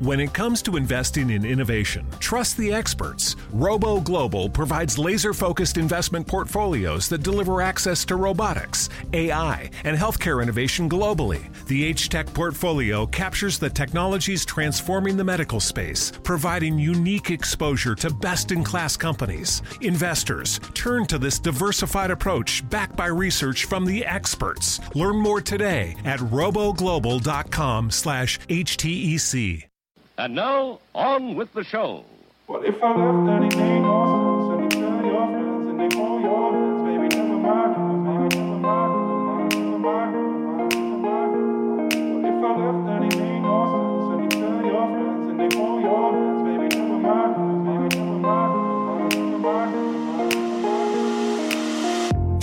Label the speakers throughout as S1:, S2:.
S1: When it comes to investing in innovation, trust the experts. Robo Global provides laser focused investment portfolios that deliver access to robotics, AI, and healthcare innovation globally. The H Tech portfolio captures the technologies transforming the medical space, providing unique exposure to best in class companies. Investors turn to this diversified approach backed by research from the experts. Learn more today at roboglobal.com/slash HTEC.
S2: And now, on with the show.
S3: What if I left that name Austin? Send it to your friends and they call your friends. Baby, never mind. Baby, never mind. Never mind. Never mind. What if I left that name Austin? Send it to your friends and they call your friends. Baby, never mind. Baby, never mind. Never mind.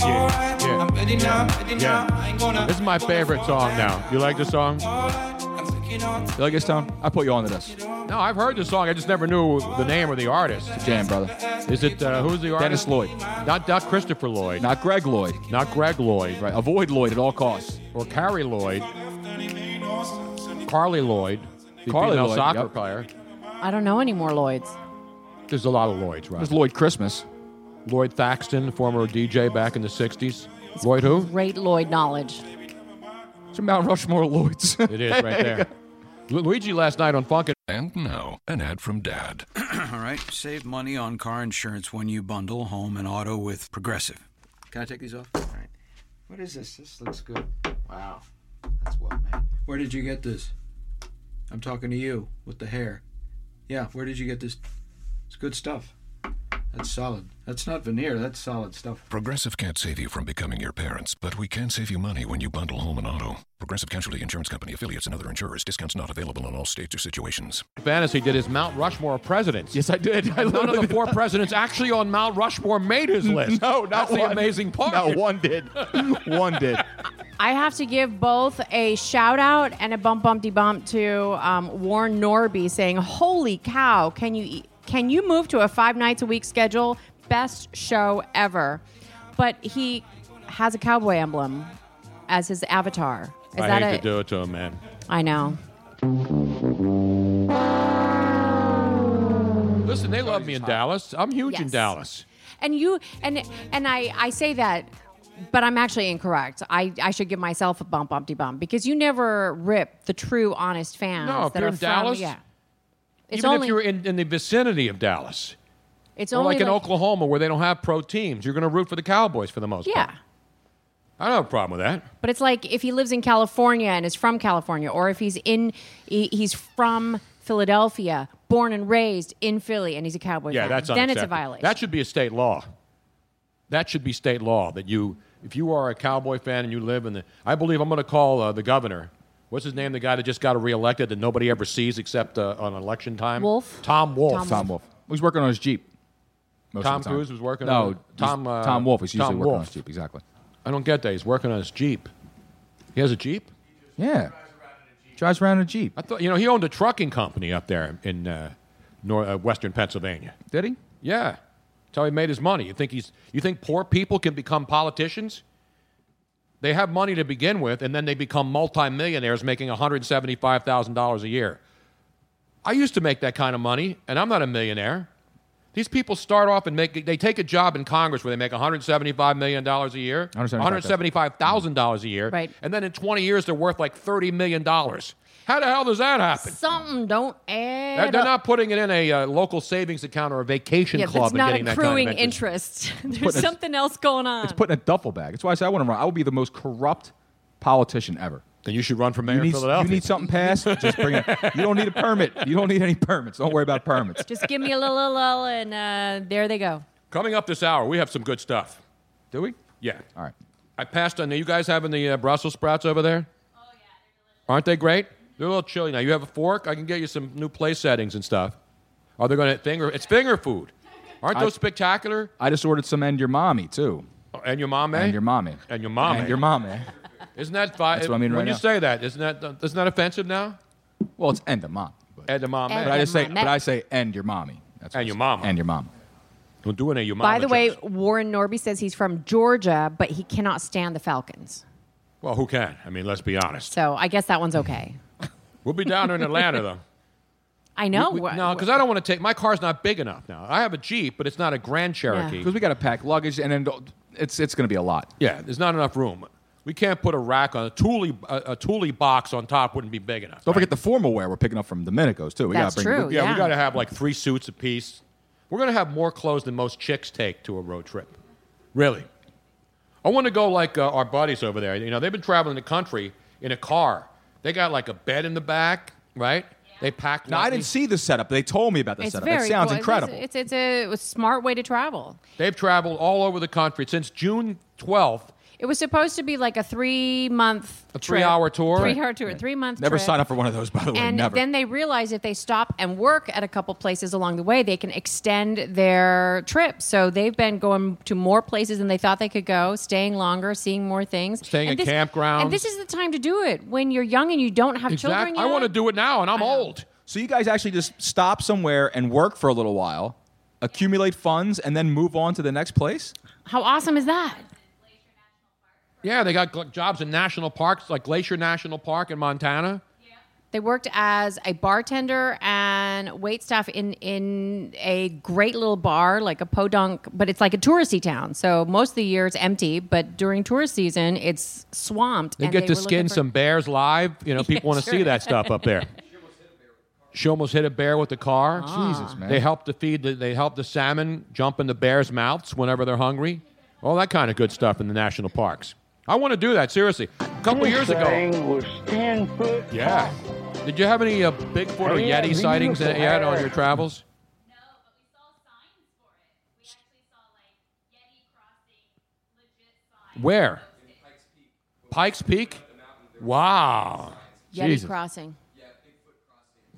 S4: Yeah,
S5: Yeah.
S4: yeah.
S5: I'm ready now, I'm ready
S4: Yeah.
S5: now. I ain't gonna,
S4: This is my favorite song now. You like this song?
S5: I'm taking on
S6: You like this song? I put you on to this.
S4: No, I've heard the song. I just never knew the name or the artist.
S6: Jam, brother.
S4: Is it uh, who's the artist?
S6: Dennis Lloyd.
S4: Not not Christopher Lloyd.
S6: Not Greg Lloyd.
S4: not Greg Lloyd.
S6: Right. Avoid Lloyd at all costs.
S4: Or Carrie Lloyd. Carly Lloyd. The
S6: Carly
S4: female
S6: Lloyd,
S4: soccer
S6: yep.
S4: player.
S7: I don't know any more Lloyds.
S4: There's a lot of Lloyds, right?
S6: There's Lloyd Christmas.
S4: Lloyd Thaxton, former DJ back in the 60s. Lloyd who?
S7: Great Lloyd knowledge.
S6: It's a Mount Rushmore Lloyds.
S4: It is right there. Lu- Luigi last night on Funkin'.
S2: And now, an ad from Dad.
S8: All right, save money on car insurance when you bundle home and auto with Progressive. Can I take these off? All right. What is this? This looks good. Wow. That's well made. Where did you get this? I'm talking to you with the hair. Yeah, where did you get this? It's good stuff. That's solid. That's not veneer, that's solid stuff.
S2: Progressive can't save you from becoming your parents, but we can save you money when you bundle home and auto. Progressive Casualty Insurance Company affiliates and other insurers. Discounts not available in all states or situations.
S4: Fantasy did his Mount Rushmore of presidents.
S6: yes, I did. I
S4: None of
S6: literally
S4: the four presidents actually on Mount Rushmore made his list.
S6: No, not
S4: That's the
S6: one.
S4: amazing part.
S6: No, one did. one did.
S7: I have to give both a shout out and a bump bumpty bump to um, Warren Norby saying, "Holy cow! Can you eat, can you move to a five nights a week schedule? Best show ever." But he has a cowboy emblem as his avatar. Is
S4: I
S7: that
S4: hate
S7: a-
S4: to do it to him, man.
S7: I know.
S4: Listen, they love me in Dallas. I'm huge in
S7: Yes.
S4: Dallas.
S7: And you and and I I say that, but I'm actually incorrect. I I should give myself a bump bumpty bump because you never rip the true honest fans.
S4: No, if
S7: that
S4: you're
S7: are
S4: in
S7: from-
S4: Dallas,
S7: yeah. It's
S4: Even
S7: only
S4: if you're in, in the vicinity of Dallas,
S7: it's
S4: or
S7: only
S4: like in Oklahoma where they don't have pro teams, you're going to root for the Cowboys for the most part.
S7: Yeah.
S4: I don't have a problem with that.
S7: But it's like if he lives in California and is from California, or if he's in, he- he's from Philadelphia, born and raised in Philly, and he's a Cowboy.
S4: Yeah,
S7: fan,
S4: that's
S7: then it's a
S4: unacceptable.
S7: violation.
S4: That should be a state law. That should be state law that you, if you are a cowboy fan and you live in the, I believe I'm going to call uh, the governor. What's his name? The guy that just got reelected that nobody ever sees except uh, on election time.
S7: Wolf?
S4: Tom Wolf.
S7: Tom
S6: Tom Wolf. He's working on his Jeep. most of
S4: Tom
S6: the time.
S4: Cruise was working
S6: no,
S4: on- Tom, uh,
S6: he's- Tom Wolf is usually
S4: Tom
S6: working on
S4: Wolf.
S6: his Jeep. Exactly.
S4: I don't get that. He's working on his jeep. He has a jeep.
S6: Yeah. Drives around in a Jeep.
S4: I thought you know he owned a trucking company up there in uh, nor- uh, western Pennsylvania.
S6: Did he?
S4: Yeah, that's how he made his money. You think he's? You think poor people can become politicians? They have money to begin with, and then they become multimillionaires making one hundred seventy-five thousand dollars a year. I used to make that kind of money, and I'm not a millionaire. These people start off and make they take a job in Congress where they make 175 million dollars a year,
S6: 175,000.
S4: 175,000 dollars a year,
S7: Right.
S4: and then in 20 years they're worth like 30 million dollars. How the hell does that happen?
S7: Something don't add.
S4: They're, they're
S7: up.
S4: not putting it in a uh, local savings account or a vacation
S7: Yeah,
S4: club
S7: that's
S4: and
S7: not
S4: getting
S7: accruing
S4: that kind of interest.
S7: interest.
S6: putting
S7: There's
S6: a-
S7: something else going on.
S6: It's put in a duffel bag. That's why I said I wouldn't run. I would be the most corrupt politician ever.
S4: Then you should run for mayor
S6: You
S4: of
S6: need, you
S4: Philadelphia.
S6: need something passed? Just bring it. You don't need a permit. You don't need any permits. Don't worry about permits.
S7: Just give me a little, little, little, and uh, there they go.
S4: Coming up this hour, we have some good stuff.
S6: Do we?
S4: Yeah.
S6: All right.
S4: I passed on. Are you guys having the uh, Brussels sprouts over there? Oh, yeah. Aren't they great? They're a little chilly now. You have a fork? I can get you some new place settings and stuff. Are they going to finger? It's finger food. Aren't those spectacular?
S6: I just ordered some and your mommy too.
S4: Oh, And your mom,
S6: And your mommy.
S4: And your mommy.
S6: And your mommy.
S4: Isn't that fine?
S6: That's what I mean
S4: When
S6: right
S4: you
S6: now.
S4: say that, isn't that, isn't that offensive now?
S6: Well, it's and the mom. But,
S4: And your mom. eh?
S7: And
S6: but I just say,
S7: mommy.
S6: but I say, and your mommy. That's what
S4: And
S6: I
S4: your
S6: say.
S4: mama.
S6: And your mama.
S4: We're doing a your mom.
S7: By the way, Warren Norby says he's from Georgia, but he cannot stand the Falcons.
S4: Well, who can? I mean, let's be honest.
S7: So I guess that one's okay.
S4: We'll be down in Atlanta, though.
S7: I
S6: Oh,
S7: know.
S4: We-
S7: Wha-
S4: no, because I don't want to take my car's not big enough now. I have a Jeep, but it's not a Grand Cherokee.
S6: Because we got to pack luggage, and then it's it's going to be a lot.
S4: Yeah, there's not enough room. We can't put a rack on a Thule a, a Thule box on top wouldn't be big enough.
S6: Don't forget the formal wear we're picking up from Domenico's too. We
S7: That's
S6: gotta bring,
S7: true.
S4: yeah,
S7: Yeah.
S4: we got to have like three suits apiece. We're gonna have more clothes than most chicks take to a road trip. Really, I want to go like uh, our buddies over there. You know, they've been traveling the country in a car. They got like a bed in the back, right? They packed.
S6: No, I didn't see the setup. They told me about the
S7: It's
S6: setup.
S7: very
S6: It sounds
S7: cool. It's-
S6: incredible.
S7: It's, it's, a, a smart way to travel.
S4: They've traveled all over the country since June 12th.
S7: It was supposed to be like a three month,
S4: A three-hour tour?
S7: three hour tour, three month.
S6: never
S7: trip.
S6: sign up for one of those, by the way.
S7: And
S6: never.
S7: then they realize if they stop and work at a couple places along the way, they can extend their trip. So they've been going to more places than they thought they could go, staying longer, seeing more things.
S4: Staying
S7: and
S4: at campgrounds.
S7: And this is the time to do it when you're young and you don't have children.
S4: Exactly.
S7: Yet.
S4: I want to do it now, and I'm old.
S6: so you guys actually just stop somewhere and work for a little while, accumulate funds, and then move on to the next place.
S7: How awesome is that?
S4: Yeah, they got gl- jobs in national parks like Glacier National Park in Montana.
S7: They worked as a bartender and waitstaff in in a great little bar, like a podunk, but it's like a touristy town. So most of the year it's empty, but during tourist season it's swamped.
S4: They
S7: and
S4: get to
S7: were looking
S4: skin
S7: for-
S4: some bears live. You know, people want to see that stuff up there. She almost hit a bear with the car.
S6: Ah. Jesus, man.
S4: They help to feed. The, they help the salmon jump in the bears' mouths whenever they're hungry. All that kind of good stuff in the national parks. I want to do that seriously. A couple years ago.
S9: was ten foot.
S4: Yeah. Did you have any uh, Bigfoot or
S9: Yeah,
S4: Yeti
S9: we
S4: sightings uh,
S9: used to
S4: yet on
S9: have-
S4: your travels? Where? Pikes Peak. Wow.
S7: Yeti
S4: Jesus.
S7: crossing.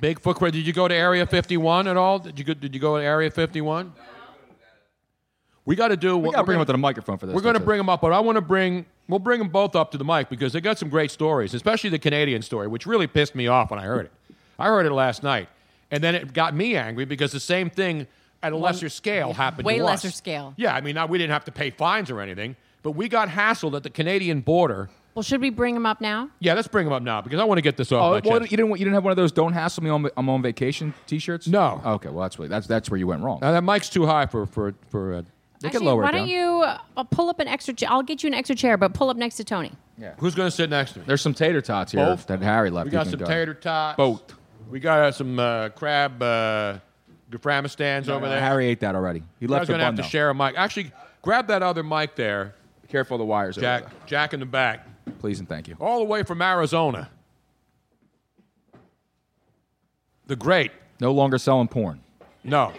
S4: Bigfoot. Cra- Did you go to Area 51 at all? Did you go, did you go to Area 51? We got to do.
S6: We gotta bring them up to the microphone for this.
S4: We're going to
S6: too.
S4: bring them up, but I want to bring. We'll bring them both up to the mic because they got some great stories, especially the Canadian story, which really pissed me off when I heard it. I heard it last night, and then it got me angry because the same thing at a lesser scale happened.
S7: way
S4: to us.
S7: lesser scale.
S4: Yeah, I mean, I- we didn't have to pay fines or anything, but we got hassled at the Canadian border.
S7: Well, should we bring him up now?
S4: Yeah, let's bring them up now because I want to get this off
S6: Oh,
S4: my
S6: well,
S4: chest.
S6: you didn't you didn't have one of those "Don't hassle me, on- I'm on vacation" T-shirts.
S4: No.
S6: Okay, well that's where, that's that's where you went wrong.
S4: Now, that mic's too high for for for. Uh,
S6: Uh, They
S7: Actually,
S6: can lower
S7: why
S6: it
S7: don't
S6: down.
S7: you uh, I'll pull up an extra? Cha- I'll get you an extra chair, but pull up next to Tony.
S4: who's going to sit next to me?
S6: There's some tater tots here
S4: Both.
S6: that Harry left.
S4: We
S6: You
S4: got
S6: can
S4: some
S6: go.
S4: tater tots.
S6: Both.
S4: We got uh, some uh, crab uh, Gaframistans over
S6: Uh,
S4: there.
S6: Harry ate that already. He
S4: I
S6: left
S4: was
S6: a
S4: going to
S6: bun.
S4: have to
S6: though.
S4: share a mic. Actually, grab that other mic there,
S6: Careful of the wires, over
S4: Jack. Jack in the back,
S6: there. Please and thank you.
S4: all the way from Arizona. The great.
S6: No longer selling porn.
S4: No,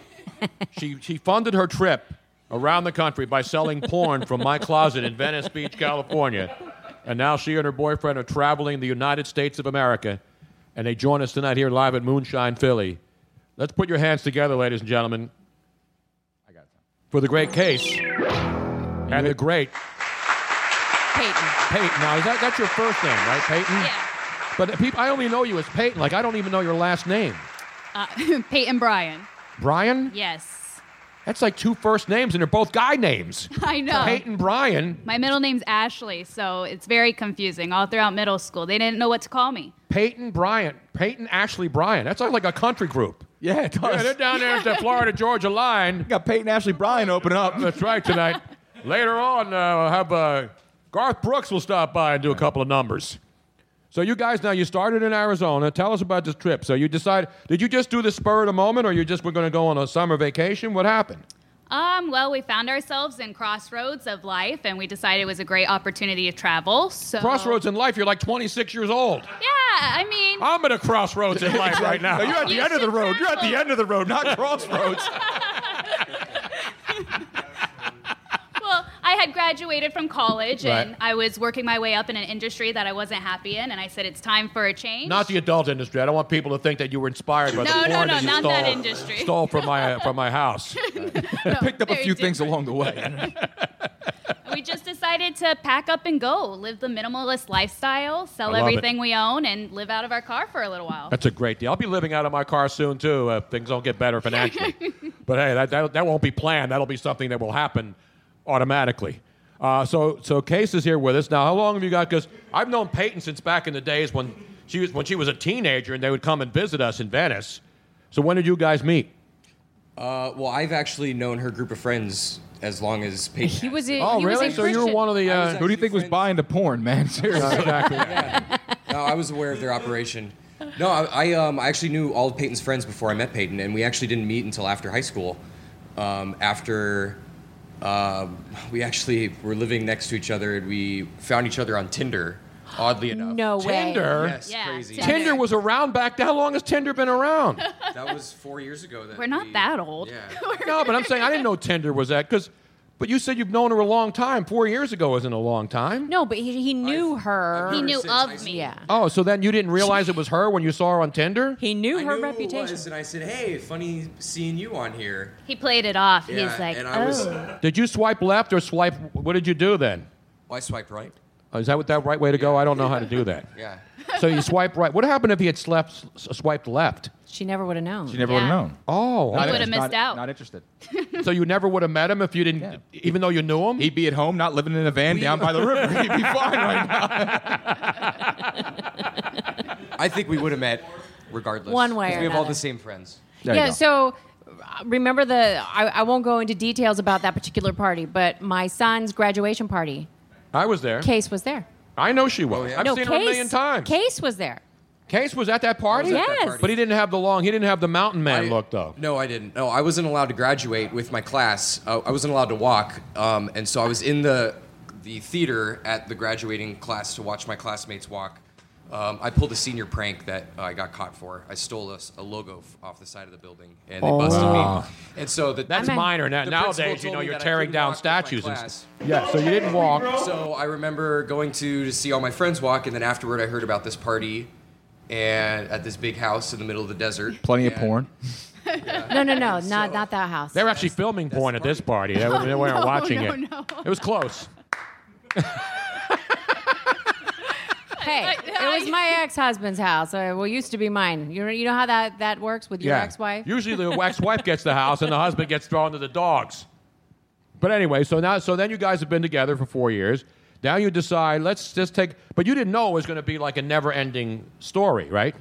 S4: she she funded her trip around the country by selling porn from my closet in Venice Beach, California, and now she and her boyfriend are traveling the United States of America, and they join us tonight here live at Moonshine Philly. Let's put your hands together, ladies and gentlemen, for the great case and the great.
S7: Peyton.
S4: Peyton. Now, is that that's your first name, right, Peyton? Yeah. But people, I only know you as Peyton. Like I don't even know your last name,
S10: Uh, Peyton Bryan.
S4: Brian.
S10: Yes.
S4: That's like two first names, and they're both guy names.
S10: I know.
S4: Peyton Brian,
S10: My middle name's Ashley, so it's very confusing. All throughout middle school, they didn't know what to call me.
S4: Peyton Bryant, Peyton Ashley Bryan. That sounds like a country group.
S6: Yeah, it
S4: Yeah,
S6: does.
S4: they're down there at the Florida Georgia line.
S6: got Peyton Ashley Bryan opening up.
S4: That's right tonight. Later on, uh, we'll have uh, Garth Brooks will stop by and do a couple of numbers. So you guys, now you started in Arizona. Tell us about this trip. So you decide, did you just do the spur of the moment, or you just were going to go on a summer vacation? What happened?
S10: Um, well, we found ourselves in crossroads of life, and we decided it was a great opportunity to travel. So
S4: Crossroads in life. You're like 26 years old.
S10: Yeah, I mean,
S4: I'm at a crossroads in life right now.
S6: you're at the
S10: You
S6: end of the
S10: should
S6: road. You're at the
S10: travel.
S6: end of the road, not crossroads.
S10: well, I had graduated from college, and
S4: Right.
S10: I was working my way up in an industry that I wasn't happy in, and I said it's time for a change.
S4: Not the adult industry. I don't want people to think that you were inspired by the
S10: No,
S4: porn
S10: no, no,
S4: that you
S10: not
S4: stole,
S10: that industry.
S4: stole from my uh, from my house.
S6: Picked up a
S10: Very
S6: few things along
S10: different.
S6: the way.
S10: we just decided to pack up and go, live the minimalist lifestyle, sell
S4: I love it.
S10: everything we own, and live out of our car for a little while.
S4: That's a great deal. I'll be living out of my car soon too if things don't get better financially. but hey, that, that that won't be planned. That'll be something that will happen automatically. Uh, so so Case is here with us now. How long have you got? Because I've known Peyton since back in the days when she was when she was a teenager, and they would come and visit us in Venice. So when did you guys meet?
S9: Uh, well, I've actually known her group of friends as long as Peyton.
S7: He
S9: has.
S7: was a,
S4: Oh,
S7: he
S4: really?
S7: was a
S4: So you were
S7: Christian.
S4: one of the.
S9: I was
S4: Uh,
S6: Who do you think was buying the porn, man? Seriously.
S9: No, I was aware of their operation. No, I, I, um, I actually knew all of Peyton's friends before I met Peyton, and we actually didn't meet until after high school. Um, after um, we actually were living next to each other, and we found each other on Tinder, oddly enough.
S7: No way.
S4: Tinder.
S9: Yes,
S10: Yeah,
S9: crazy.
S10: Tinder.
S4: Tinder was around back. then. How long has Tinder been around?
S9: That was four years ago. That
S10: We're not
S9: we-
S10: that old.
S9: Yeah.
S4: no, but I'm saying I didn't know Tinder was that because. But you said you've known her a long time. Four years ago isn't a long time.
S7: No, but he, he knew her.
S9: I've
S10: He
S9: Ever
S10: knew
S9: since high
S10: of
S9: school.
S10: me.
S7: yeah.
S4: Oh, so then you didn't realize it was her when you saw her on Tinder?
S7: He knew
S9: I
S7: her
S9: knew who it
S7: reputation.
S9: was, and I said, "Hey, funny seeing you on here."
S10: He played it off.
S9: Yeah,
S10: He's like,
S9: and I was,
S10: oh.
S9: well,
S4: Did you swipe left or swipe? What did you do then?
S9: I swiped right.
S4: Uh, Is that what that right way to go? I don't know how to do that.
S9: Yeah.
S4: So you swipe right. What happened if he had slept, s- swiped left?
S7: she never would have known.
S6: She never would have
S10: Yeah.
S6: known.
S4: Oh,
S10: Not
S4: okay.
S10: would've missed
S6: Not-
S10: out.
S6: Not interested.
S4: so you never would have met him if you didn't,
S6: Yeah.
S4: even though you knew him.
S6: He'd be at home, not living in a van down by the river. He'd be fine right now.
S9: I think we would have met, regardless.
S7: One way
S9: 'cause
S7: or
S9: We have all
S7: another.
S9: the same friends.
S6: There you
S7: yeah,
S6: go.
S7: so uh, remember the. I, I won't go into details about that particular party, but my son's graduation party,
S4: I was there.
S7: Case was there.
S4: I know she was.
S9: Oh, yeah.
S4: I've
S7: no,
S4: seen
S7: Case.
S4: her a million times.
S7: Case was there.
S4: Case was at that party.
S7: at that Yes. party.
S4: but he didn't have the long. He didn't have the mountain man
S9: I-
S4: look though.
S9: No, I didn't. No, I wasn't allowed to graduate with my class. Uh, I wasn't allowed to walk, um, and so I was in the the theater at the graduating class to watch my classmates walk. Um, I pulled a senior prank that I got caught for. I stole a, s- a logo f- off the side of the building, and they busted me. And so the,
S4: That's
S7: I mean-
S4: minor. Now,
S9: the
S4: nowadays,
S9: principal
S4: you know,
S9: told me
S4: you're
S9: that I
S4: tearing
S9: couldn't
S4: down
S9: walk with my
S4: statues and
S9: class.
S4: yeah. So you didn't walk.
S9: So I remember going to to see all my friends walk, and then afterward, I heard about this party, and at this big house in the middle of the desert.
S6: Plenty of
S9: And-
S6: porn.
S7: No, no, no, not not that house.
S4: They were actually filming porn at this party. They, they
S7: Oh,
S4: weren't watching
S10: no,
S4: it.
S10: no.
S4: It was close.
S7: Hey, it was my ex-husband's house. Uh, well, it used to be mine. You know, you know how that, that works with your ex-wife.
S4: Usually the ex-wife gets the house and the husband gets thrown to the dogs. But anyway, so now so then you guys have been together for four years. Now you decide let's just take but you didn't know it was gonna be like a never ending story, right?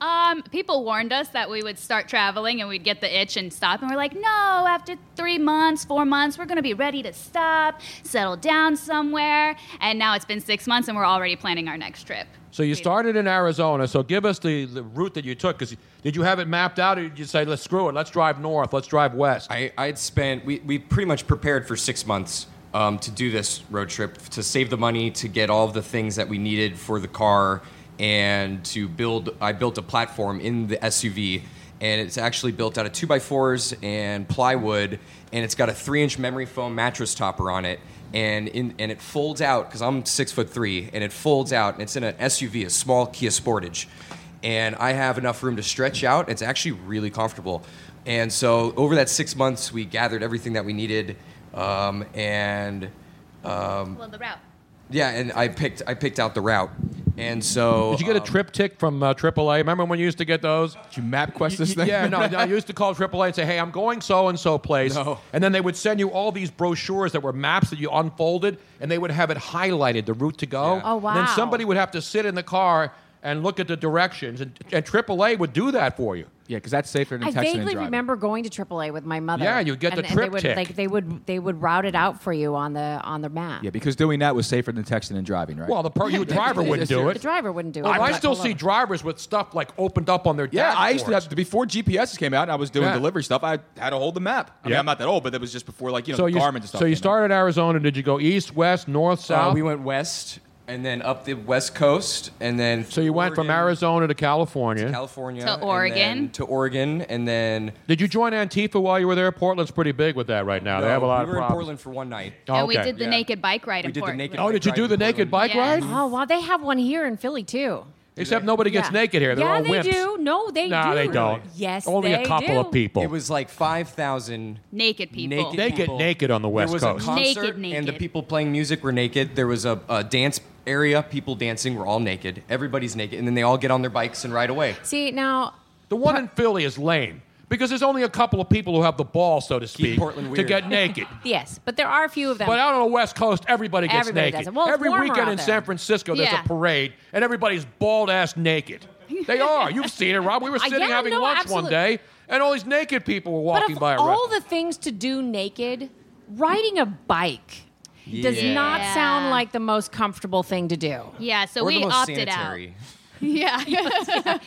S10: Um, people warned us that we would start traveling and we'd get the itch and stop. And we're like, no, after three months, four months, we're going to be ready to stop, settle down somewhere. And now it's been six months and we're already planning our next trip.
S4: So you started in Arizona. So give us the, the route that you took. Because did you have it mapped out, or did you say, "Let's screw it, let's drive north, let's drive west"?
S9: I, I'd spent, we, we pretty much prepared for six months um, to do this road trip, to save the money, to get all of the things that we needed for the car, and to build, I built a platform in the SUV. And it's actually built out of two by fours and plywood, and it's got a three inch memory foam mattress topper on it. And, in, and it folds out, because I'm six foot three, and it folds out, and it's in an SUV, a small Kia Sportage and I have enough room to stretch out. It's actually really comfortable. And so over that six months, we gathered everything that we needed, um, and
S10: Well, the route.
S9: yeah, and I picked I picked out the route. And so
S4: did you get a
S9: um,
S4: triptych from uh, AAA? Remember when you used to get those?
S6: Did you map quest this
S4: Y- y-
S6: thing?
S4: Yeah, no, no, I used to call AAA and say, "Hey, I'm going so and so place,"
S9: No.
S4: and then they would send you all these brochures that were maps that you unfolded, and they would have it highlighted the route to go.
S9: Yeah.
S7: Oh,
S4: And then
S7: wow.
S4: somebody would have to sit in the car and look at the directions, and, and AAA would do that for you.
S6: Yeah, because that's safer than
S7: I
S6: texting and
S7: vaguely
S6: driving.
S7: remember going to AAA with my mother.
S4: Yeah, you get the
S7: and, and they
S4: trip
S7: would,
S4: tick.
S7: Like they would, they would route it out for you on the on the map.
S6: Yeah, because doing that was safer than texting and driving, right?
S4: Well, the per- you driver wouldn't do
S7: the
S4: it.
S7: driver wouldn't do it.
S4: I, I
S7: But-
S4: still see drivers with stuff like opened up on their
S6: yeah, I used to
S4: dashboards.
S6: have before GPSs came out. and I was doing
S4: Yeah.
S6: delivery stuff. I had to hold the map. I mean,
S4: Yeah.
S6: I'm not that old, but that was just before like you know
S4: so
S6: the
S4: you,
S6: Garmin and stuff.
S4: so you
S6: came out.
S4: started Arizona. Did you go east, west, north,
S9: uh,
S4: south?
S9: we went west and then up the west coast and then
S4: so you went from
S9: Oregon,
S4: Arizona to California.
S9: California
S10: To
S9: and then
S10: Oregon.
S9: to Oregon and then
S4: Did you join Antifa while you were there? Portland's pretty big with that right now. they have a lot
S9: we
S4: of
S9: were in
S4: problems.
S9: Portland for one night.
S4: Oh,
S10: And we
S4: okay.
S10: did the
S9: Yeah. Mm-hmm.
S10: naked bike ride
S9: We
S10: in
S9: did the
S10: Portland.
S9: naked
S4: Oh, did you
S9: Like
S4: do the
S9: riding
S4: naked
S9: Portland.
S4: bike
S10: Yeah.
S4: ride?
S7: Oh wow, they have one here in Philly too.
S4: Except nobody gets
S7: Yeah.
S4: naked here. They're
S7: yeah,
S4: all
S7: they
S4: wimps.
S7: do. No, they
S4: nah,
S7: do.
S4: they don't.
S7: Yes,
S4: only
S7: they
S4: a couple
S7: do.
S4: of people.
S9: It was like five thousand
S10: Naked people.
S4: They get naked on the West
S9: there was
S4: Coast.
S9: A concert,
S10: Naked,
S9: And the
S10: naked.
S9: people playing music were naked. There was a, a dance area. People dancing were all naked. Everybody's naked, and then they all get on their bikes and ride away.
S7: See now,
S4: the one in Philly is lame because there's only a couple of people who have the ball, so to speak,
S9: Portland
S4: to
S9: weird.
S4: get naked.
S7: yes, but there are a few of them.
S4: But out on the West Coast, everybody gets
S7: Everybody
S4: naked.
S7: does it. Well, it's
S4: Every
S7: warmer
S4: weekend
S7: out
S4: in
S7: there.
S4: San Francisco, there's
S10: Yeah.
S4: a parade, and everybody's bald ass naked. They are. You've seen it, Rob. We were
S7: Uh,
S4: sitting
S7: yeah,
S4: having
S7: no,
S4: lunch
S7: absolute-
S4: one day, and all these naked people were
S7: But
S4: walking
S7: of
S4: by. a
S7: all the things to do naked, riding a bike does not
S10: Yeah.
S7: sound like the most comfortable thing to do.
S10: Yeah, so
S9: Or the
S10: we
S9: most
S10: opted
S9: sanitary.
S10: out. Yeah.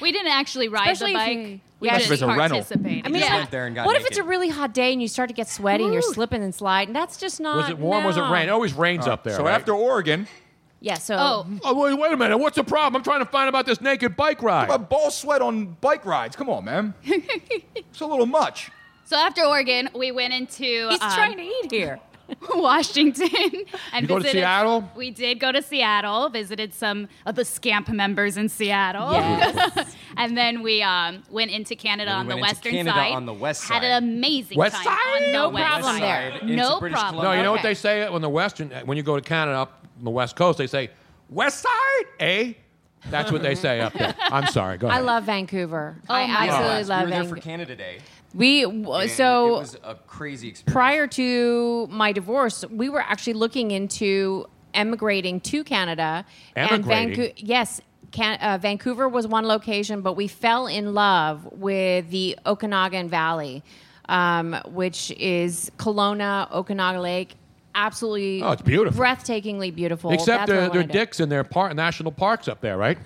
S10: we didn't actually ride
S7: Especially
S10: the
S7: if
S10: bike.
S7: you-
S10: we
S7: Yeah,
S10: just
S7: if it's
S6: a rental.
S10: participated.
S7: I mean,
S10: yeah.
S7: like,
S9: went there and got
S7: what if
S9: naked.
S7: it's a really hot day and you start to get sweaty and you're
S10: Ooh.
S7: slipping and sliding? That's just not.
S4: was it warm? Was it
S7: no.
S4: rain? It always rains up there.
S6: Uh, So
S4: right?
S6: after Oregon,
S7: Yeah. So
S10: oh,
S4: Oh, wait, wait a minute. What's the problem? I'm trying to find about this naked bike ride.
S6: a ball sweat on bike rides. Come on, man. it's a little much.
S10: so after Oregon, we went into
S7: he's
S10: um,
S7: trying to eat here.
S10: Washington and
S4: You go to
S10: visited-
S4: Seattle?
S10: We did go to Seattle, visited some of the scamp members in Seattle. and then we um, went into Canada
S9: Then we
S10: on the
S9: went into
S10: western
S9: Canada
S10: side.
S9: on the west
S10: Had
S9: side.
S10: an amazing
S4: West
S10: time
S4: side?
S10: on
S7: No
S10: the west
S7: problem
S10: side.
S7: there.
S9: Into
S10: No
S9: British
S10: problem.
S4: no, you know what
S7: Okay.
S4: they say on the western uh, when you go to Canada up on the west coast, they say West Side, eh? That's what they say up there. I'm sorry. Go
S7: I
S4: ahead.
S7: love Vancouver. I
S10: my
S9: Yeah,
S7: absolutely
S9: Oh we
S7: love
S9: were there for
S7: Vancouver.
S9: Canada Day.
S7: we w-
S9: and
S7: so
S9: it was a crazy experience.
S7: prior to my divorce, we were actually looking into emigrating to Canada.
S4: Emigrating?
S7: Vancou- yes, can- uh, Vancouver was one location, but we fell in love with the Okanagan Valley, um, which is Kelowna, Okanagan Lake. Absolutely,
S4: Oh, it's beautiful.
S7: breathtakingly beautiful.
S4: Except
S7: That's where I
S4: there, there are
S7: wanna do.
S4: dicks in their par- national parks up there, right?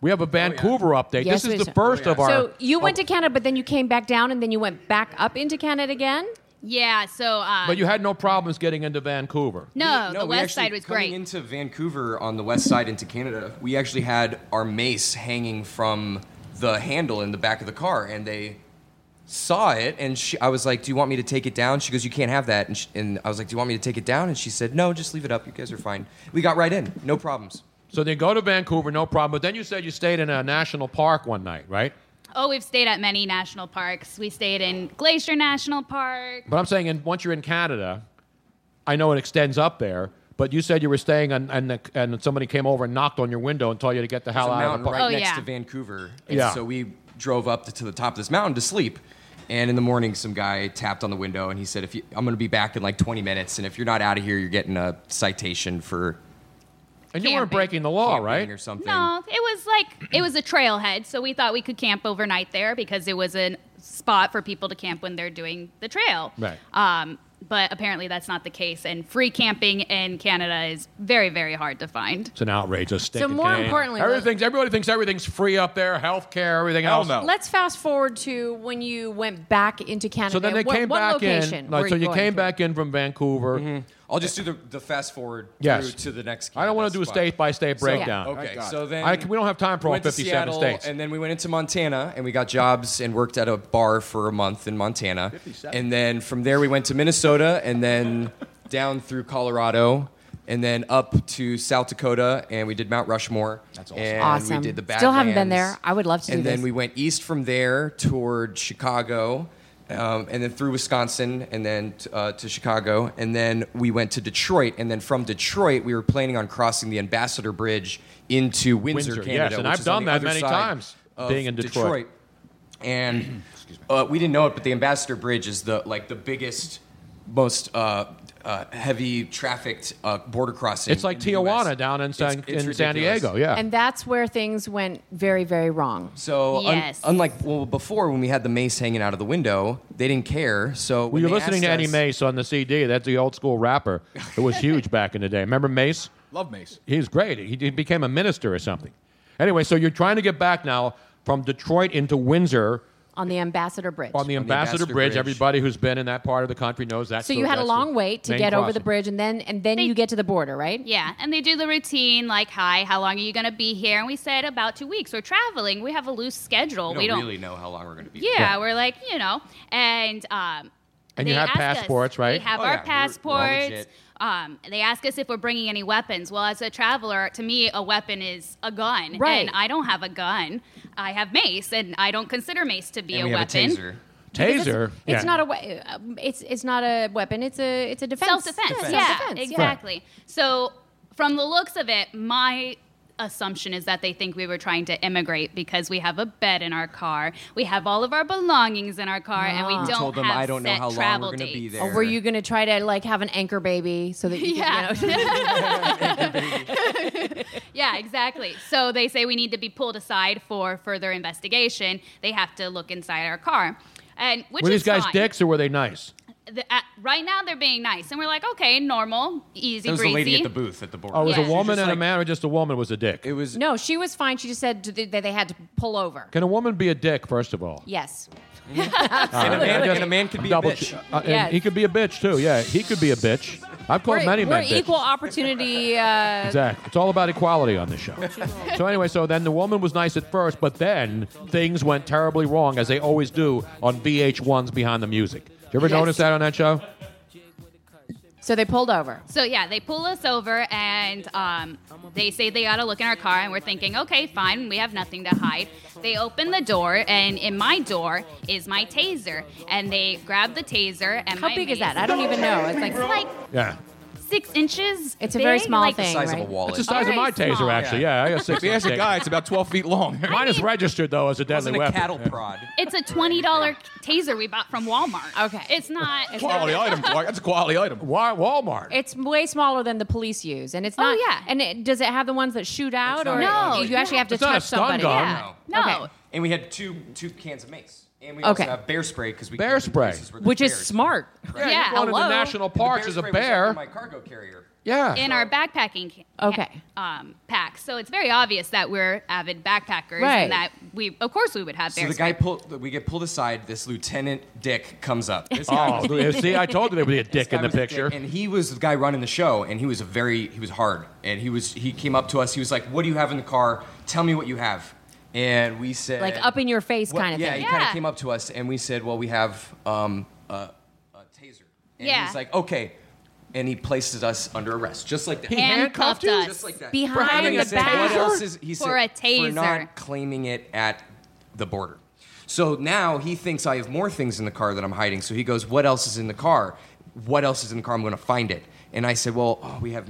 S4: We
S9: Oh,
S4: have a Vancouver update.
S7: Yes,
S4: this
S7: we
S4: is
S7: do.
S10: Oh,
S4: the first of our.
S7: So you went to Canada, but then you came back down, and then you went back up into Canada again.
S10: Yeah, so um,
S4: but you had no problems getting into Vancouver.
S10: no, Oh, the
S9: we
S10: west
S9: actually-
S10: side was
S9: coming
S10: great.
S9: Into Vancouver on the west side into Canada, we actually had our mace hanging from the handle in the back of the car, and they saw it. And she, I was like, "Do you want me to take it down?" She goes, "You can't have that." And, she, and I was like, "Do you want me to take it down?" And she said, "No, just leave it up. You guys are fine." We got right in, no problems.
S4: So they go to Vancouver, no problem. But then you said you stayed in a national park one night, right?
S10: oh, we've stayed at many national parks. We stayed in Glacier National Park.
S4: But I'm saying, in, once you're in Canada, I know it extends up there. But you said you were staying, on, and the, and somebody came over and knocked on your window and told you to get the
S9: There's
S4: hell
S9: a
S4: out of
S9: mountain
S4: the park.
S9: right
S10: Oh,
S9: next
S10: yeah.
S9: to Vancouver. And
S4: Yeah.
S9: So we drove up to the top of this mountain to sleep. And in the morning, some guy tapped on the window and he said, "If you, I'm going to be back in like 20 minutes, and if you're not out of here, you're getting a citation for
S4: And you weren't
S10: Camping.
S4: breaking the law,
S9: camping
S4: right?
S9: or something."
S10: No, it was like it was a trailhead, so we thought we could camp overnight there because it was a spot for people to camp when they're doing the trail.
S4: Right.
S10: Um, but apparently that's not the case, and free camping in Canada is very, very hard to find.
S4: It's an outrage. Just
S7: So more importantly, let-
S4: everything's everybody thinks everything's free up there, healthcare, everything
S6: Hell
S4: else.
S6: no.
S7: Let's fast forward to when you went back into Canada.
S4: So then they
S7: what,
S4: came
S7: what
S4: back
S7: location
S4: in. no,
S7: were
S4: so you
S7: going
S4: came
S7: to?
S4: back in from Vancouver.
S9: I'll just do the, the fast forward
S4: Yes.
S9: through to the next.
S4: I don't want to do a
S9: spot.
S4: state by state breakdown.
S9: Okay, so then
S4: I can- we don't have time for all
S9: went to
S4: 57
S9: Seattle,
S4: states.
S9: And then we went into Montana and we got jobs and worked at a bar for a month in Montana. And then from there we went to Minnesota and then down through Colorado and then up to South Dakota and we did Mount Rushmore. That's awesome. And
S7: Awesome.
S9: we did the Badlands.
S7: Still haven't been there. I would love to do
S9: And then
S7: this.
S9: we went east from there toward Chicago. Um, and then through Wisconsin, and then t- uh, to Chicago, and then we went to Detroit, and then from Detroit, we were planning on crossing the Ambassador Bridge into Windsor,
S4: Windsor,
S9: Canada.
S4: yes, and
S9: which
S4: I've
S9: is on
S4: done
S9: the
S4: that
S9: other
S4: many
S9: side
S4: times,
S9: of
S4: being in Detroit.
S9: And uh, we didn't know it, but the Ambassador Bridge is the like the biggest, most uh, uh, heavy trafficked uh, border crossing.
S4: It's like
S9: in the US.
S4: Tijuana down in San,
S9: It's- it's
S4: in San
S9: ridiculous.
S4: Diego. Yeah.
S7: And that's where things went very, very wrong.
S9: So un-
S10: Yes.
S9: unlike well before when we had the mace hanging out of the window, they didn't care. So
S4: well,
S9: when
S4: you're
S9: they
S4: listening to
S9: asked
S4: Eddie
S9: us-
S4: Mace on the CD. That's the old school rapper. It was huge back in the day. Remember Mace?
S6: Love Mace.
S4: He was great. He, he became a minister or something. Anyway, so you're trying to get back now from Detroit into Windsor
S7: on the Ambassador Bridge.
S4: on the
S9: On the
S4: Ambassador,
S9: Ambassador
S4: Bridge.
S9: Bridge.
S4: Everybody who's been in that part of the country knows that.
S7: so you had a long wait to get over the bridge, and then and then you get to the border, right?
S10: Yeah, and they do the routine like, "Hi, how long are you going to be here?" And we said about two weeks. We're traveling. We have a loose schedule.
S9: we don't, really know how long we're going to be.
S10: Yeah, we're like, you know, and um,
S4: And you
S10: they
S4: have
S10: ask us-
S4: passports, right?
S10: We have
S9: Oh,
S10: our
S9: yeah, we're- we're all
S10: passports.
S9: legit.
S10: um, they ask us if we're bringing any weapons. Well, as a traveler, to me, a weapon is a gun,
S7: Right.
S10: And I don't have a gun. I have mace, and I don't consider mace to be
S9: And
S10: a
S9: we have
S10: weapon.
S9: a taser.
S7: Because
S4: Taser.
S7: It's, it's not a we- uh, it's it's not a weapon. It's a it's a defense.
S10: Self defense.
S7: Yeah,
S10: Yeah,
S7: self-defense,
S10: exactly. So, from the looks of it, my assumption is that they think we were trying to immigrate because we have a bed in our car, we have all of our belongings in our car, and we
S7: Ah.
S10: don't
S7: We
S9: told them,
S10: have
S9: "I don't know
S10: set
S9: how long we're
S10: travel
S9: gonna be
S10: dates."
S9: there.
S7: Or were you going to try to like have an anchor baby so that you
S10: Yeah.
S7: could, you know,
S10: yeah, exactly. So they say we need to be pulled aside for further investigation. They have to look inside our car. And which
S4: were these
S10: is
S4: guys
S10: fine.
S4: dicks or were they nice?
S10: The- at- right now they're being nice, and we're like, okay, normal, easy
S9: It was the
S10: breezy.
S9: lady at the booth at the board.
S4: Oh, it was
S10: Yeah.
S4: a woman
S9: Just
S4: and a
S9: like-
S4: man, or just a woman was a dick?
S9: It was
S7: No, she was fine. She just said to th- that they had to pull over.
S4: Can a woman be a dick? First of all,
S7: Yes.
S9: and a, man,
S4: Yeah.
S9: and a man could be a
S4: Double
S9: bitch.
S4: ch- uh, and
S7: Yes.
S4: he could be a bitch too. Yeah, he could be a bitch. I've called many
S7: we're
S4: men bitches.
S7: equal opportunity. Uh,
S4: Exactly. It's all about equality on this show. so anyway, so then the woman was nice at first, but then things went terribly wrong, as they always do on VH1's Behind the Music. Did you ever notice that on that show?
S7: so they pulled over.
S10: So yeah, they pull us over and um, they say they gotta look in our car, and we're thinking, okay, fine, we have nothing to hide. They open the door, and in my door is my taser, and they grab the taser. And
S7: How
S10: my
S7: big is
S10: mace-
S7: that? I don't even know. It's like
S10: It's like
S4: Yeah.
S10: six inches.
S7: It's a very
S10: big,
S7: small
S10: like-
S7: thing.
S9: Size of
S7: right?
S9: a wallet.
S4: It's the size of
S10: Very
S4: my taser,
S10: small.
S4: actually. Yeah, I got six.
S6: If you ask a guy, it's about 12 feet long.
S4: Mine is
S10: mean-
S4: registered though as a deadly
S9: wasn't a
S4: weapon.
S9: cattle prod.
S10: It's a twenty dollar taser we bought from Walmart.
S7: Okay.
S10: it's not. It's
S6: quality
S10: not-
S6: item, Clark. That's a quality item.
S4: Why Walmart?
S7: It's way smaller than the police use, and it's
S10: Oh,
S7: not.
S10: yeah.
S7: And it, does it have the ones that shoot out,
S9: not
S7: or
S9: a gun.
S10: No,
S7: you actually have to
S4: It's
S7: touch
S4: not a stun
S7: somebody?
S4: gun.
S10: Yeah. No.
S7: Okay.
S9: And we had two two cans of mace. And we
S7: Okay.
S9: also have bear spray because we
S4: Bear
S9: camped in
S4: spray.
S9: places where there's
S7: Which is
S9: bears.
S7: smart.
S10: Yeah,
S4: you're going to
S7: hello.
S4: the national
S9: And the
S4: parks
S9: bear
S4: as a
S9: spray was
S4: bear.
S9: in my cargo carrier.
S4: yeah.
S10: in our backpacking ca-
S7: Okay.
S10: um, pack. So it's very obvious that we're avid backpackers
S7: Right.
S10: and that we, of course, we would have
S9: So
S10: bear
S9: the
S10: spray.
S9: guy pulled. We get pulled aside. This lieutenant dick comes up. This guy
S4: oh, dude, see, I told you there would be a dick
S9: guy
S4: in the
S9: was a dick,
S4: picture.
S9: and he was the guy running the show, and he was a very he was hard, and he was he came up to us. He was like, "What do you have in the car? Tell me what you have." And we said,
S7: Like up in your face
S9: Well,
S7: kind of
S9: yeah,
S7: thing.
S9: he kind
S10: Yeah.
S9: of came up to us, and we said, "Well, we have um, a, a taser." And
S10: Yeah.
S9: He's like, "Okay," and he places us under arrest, just like that.
S4: He handcuffed
S10: handcuffed
S4: you?
S10: us.
S9: just like that.
S7: Behind
S9: For having
S7: the
S9: a taser?
S7: back.
S9: What else is he
S10: For
S9: said,
S10: a
S9: For
S10: taser.
S9: not claiming it at the border. So now he thinks I have more things in the car that I'm hiding. So he goes, "What else is in the car? What else is in the car? I'm going to find it." And I said, "Well, oh, we have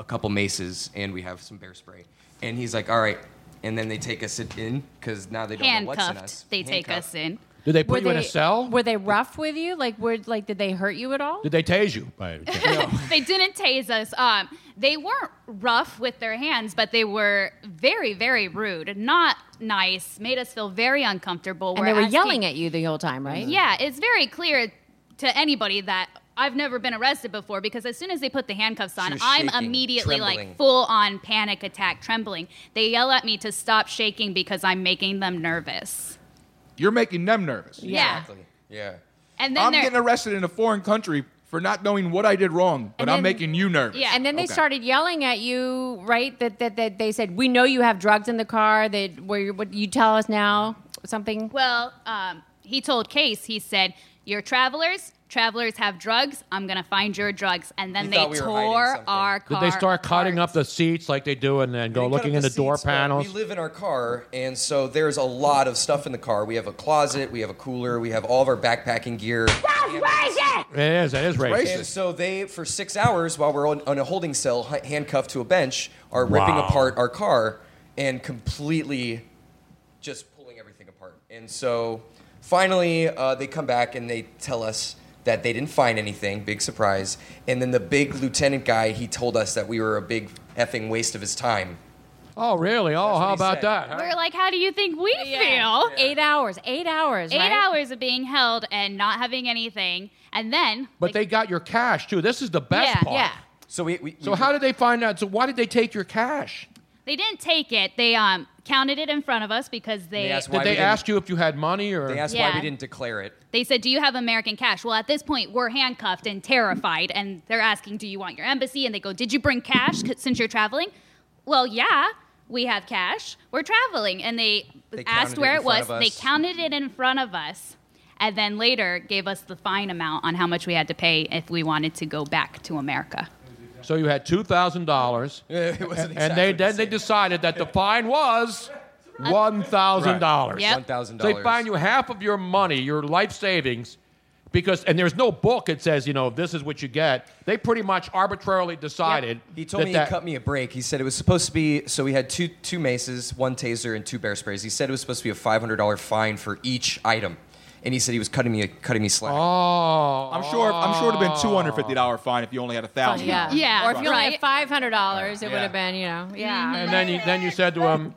S9: a couple maces and we have some bear spray." And he's like, "All right." And then they take us in because now they don't know what's in us.
S10: handcuffed. They take
S9: Handcuffed.
S10: us in.
S4: Did they
S7: Were
S4: put you in a
S7: they-
S4: cell?
S7: Were they rough with you? Like, were like, did they hurt you at all?
S4: Did they tase you? By any chance?
S10: They didn't tase us. Um, they weren't rough with their hands, but they were very, very rude, not nice, made us feel very uncomfortable.
S7: and they were yelling at you the whole time, right?
S10: Yeah, it's very clear to anybody that I've never been arrested before because as soon as they put the handcuffs on,
S9: was
S10: I'm
S9: shaking,
S10: immediately
S9: trembling.
S10: like full on panic attack, trembling. They yell at me to stop shaking because I'm making them nervous.
S6: You're making them nervous.
S10: Yeah.
S9: Exactly. Yeah.
S10: And then
S6: I'm
S10: they're
S6: getting arrested in a foreign country for not knowing what I did wrong, but I'm
S7: then-
S6: making you nervous.
S10: Yeah.
S7: And then they
S6: Okay.
S7: started yelling at you, right? That, that that they said, "We know you have drugs in the car. That where you, what you tell us now something."
S10: well, um, he told Case, he said, You're travelers, travelers have drugs, I'm gonna find your drugs. And then
S9: He
S10: they
S9: thought we were hiding
S10: tore
S9: something.
S10: our car.
S4: Did they start cutting
S10: apart.
S4: up the seats like they do and then go
S9: They cut
S4: looking
S9: up
S4: in the door
S9: seats, but
S4: panels?
S9: We live in our car, and so there's a lot of stuff in the car. We have a closet, we have a cooler, we have all of our backpacking gear.
S4: It is. It is racist.
S9: And so they, for six hours, while we're on, on a holding cell, hi- handcuffed to a bench, are ripping
S4: Wow.
S9: apart our car and completely just pulling everything apart. And so finally, uh, they come back and they tell us that they didn't find anything. Big surprise. And then the big lieutenant guy, he told us that we were a big effing waste of his time.
S4: Oh, really? Oh,
S9: what
S4: how
S9: he
S4: about
S9: said.
S4: that? huh?
S10: We're like, How do you think we feel?
S7: Eight hours. Eight hours.
S10: Eight
S7: right?
S10: hours of being held and not having anything, and then
S4: But they got your cash too. This is the best
S10: Yeah,
S4: part.
S7: Yeah.
S9: So we. we
S4: So
S9: we-
S4: how did they find out? So why did they take your cash?
S10: They didn't take it. They um counted it in front of us because
S9: They
S10: they they,
S9: asked
S4: Did
S9: Why we
S4: they
S9: didn't-
S4: ask you if you had money or?
S9: They asked why
S10: Yeah.
S9: we didn't declare it.
S10: said, "Do you have American cash?" Well, at this point, we're handcuffed and terrified, and they're asking, "Do you want your embassy?" And they go, "Did you bring cash 'cause- since you're traveling?" Well, yeah, we have cash. We're traveling, and they,
S9: They counted
S10: asked
S9: it
S10: where
S9: in
S10: it, was.
S9: front of
S10: They
S9: us.
S10: counted it in front of us. And then later gave us the fine amount on how much we had to pay if we wanted to go back to America.
S4: so you had two thousand dollars,
S9: it wasn't exactly
S4: and they
S9: the
S4: then they
S9: same.
S4: decided that the fine was one thousand dollars.
S10: Yep.
S9: $1,000.
S4: So they fine you half of your money, your life savings, Because and there's no book that says you know this is what you get. They pretty much arbitrarily decided.
S9: He told
S4: that
S9: me
S4: that-
S9: he cut me a break. He said it was supposed to be so we had two two maces, one taser, and two bear sprays. He said it was supposed to be a five hundred dollar fine for each item, and he said he was cutting me cutting me slack.
S4: Oh,
S6: I'm sure. I'm sure it'd have been two hundred fifty
S9: Oh.
S6: dollar fine if you only had a thousand.
S7: yeah.
S10: Yeah,
S7: Or if you only had
S10: right. Mm-hmm.
S7: five hundred dollars, it would have
S6: Yeah.
S7: been, you know, yeah.
S4: And then you then you said to him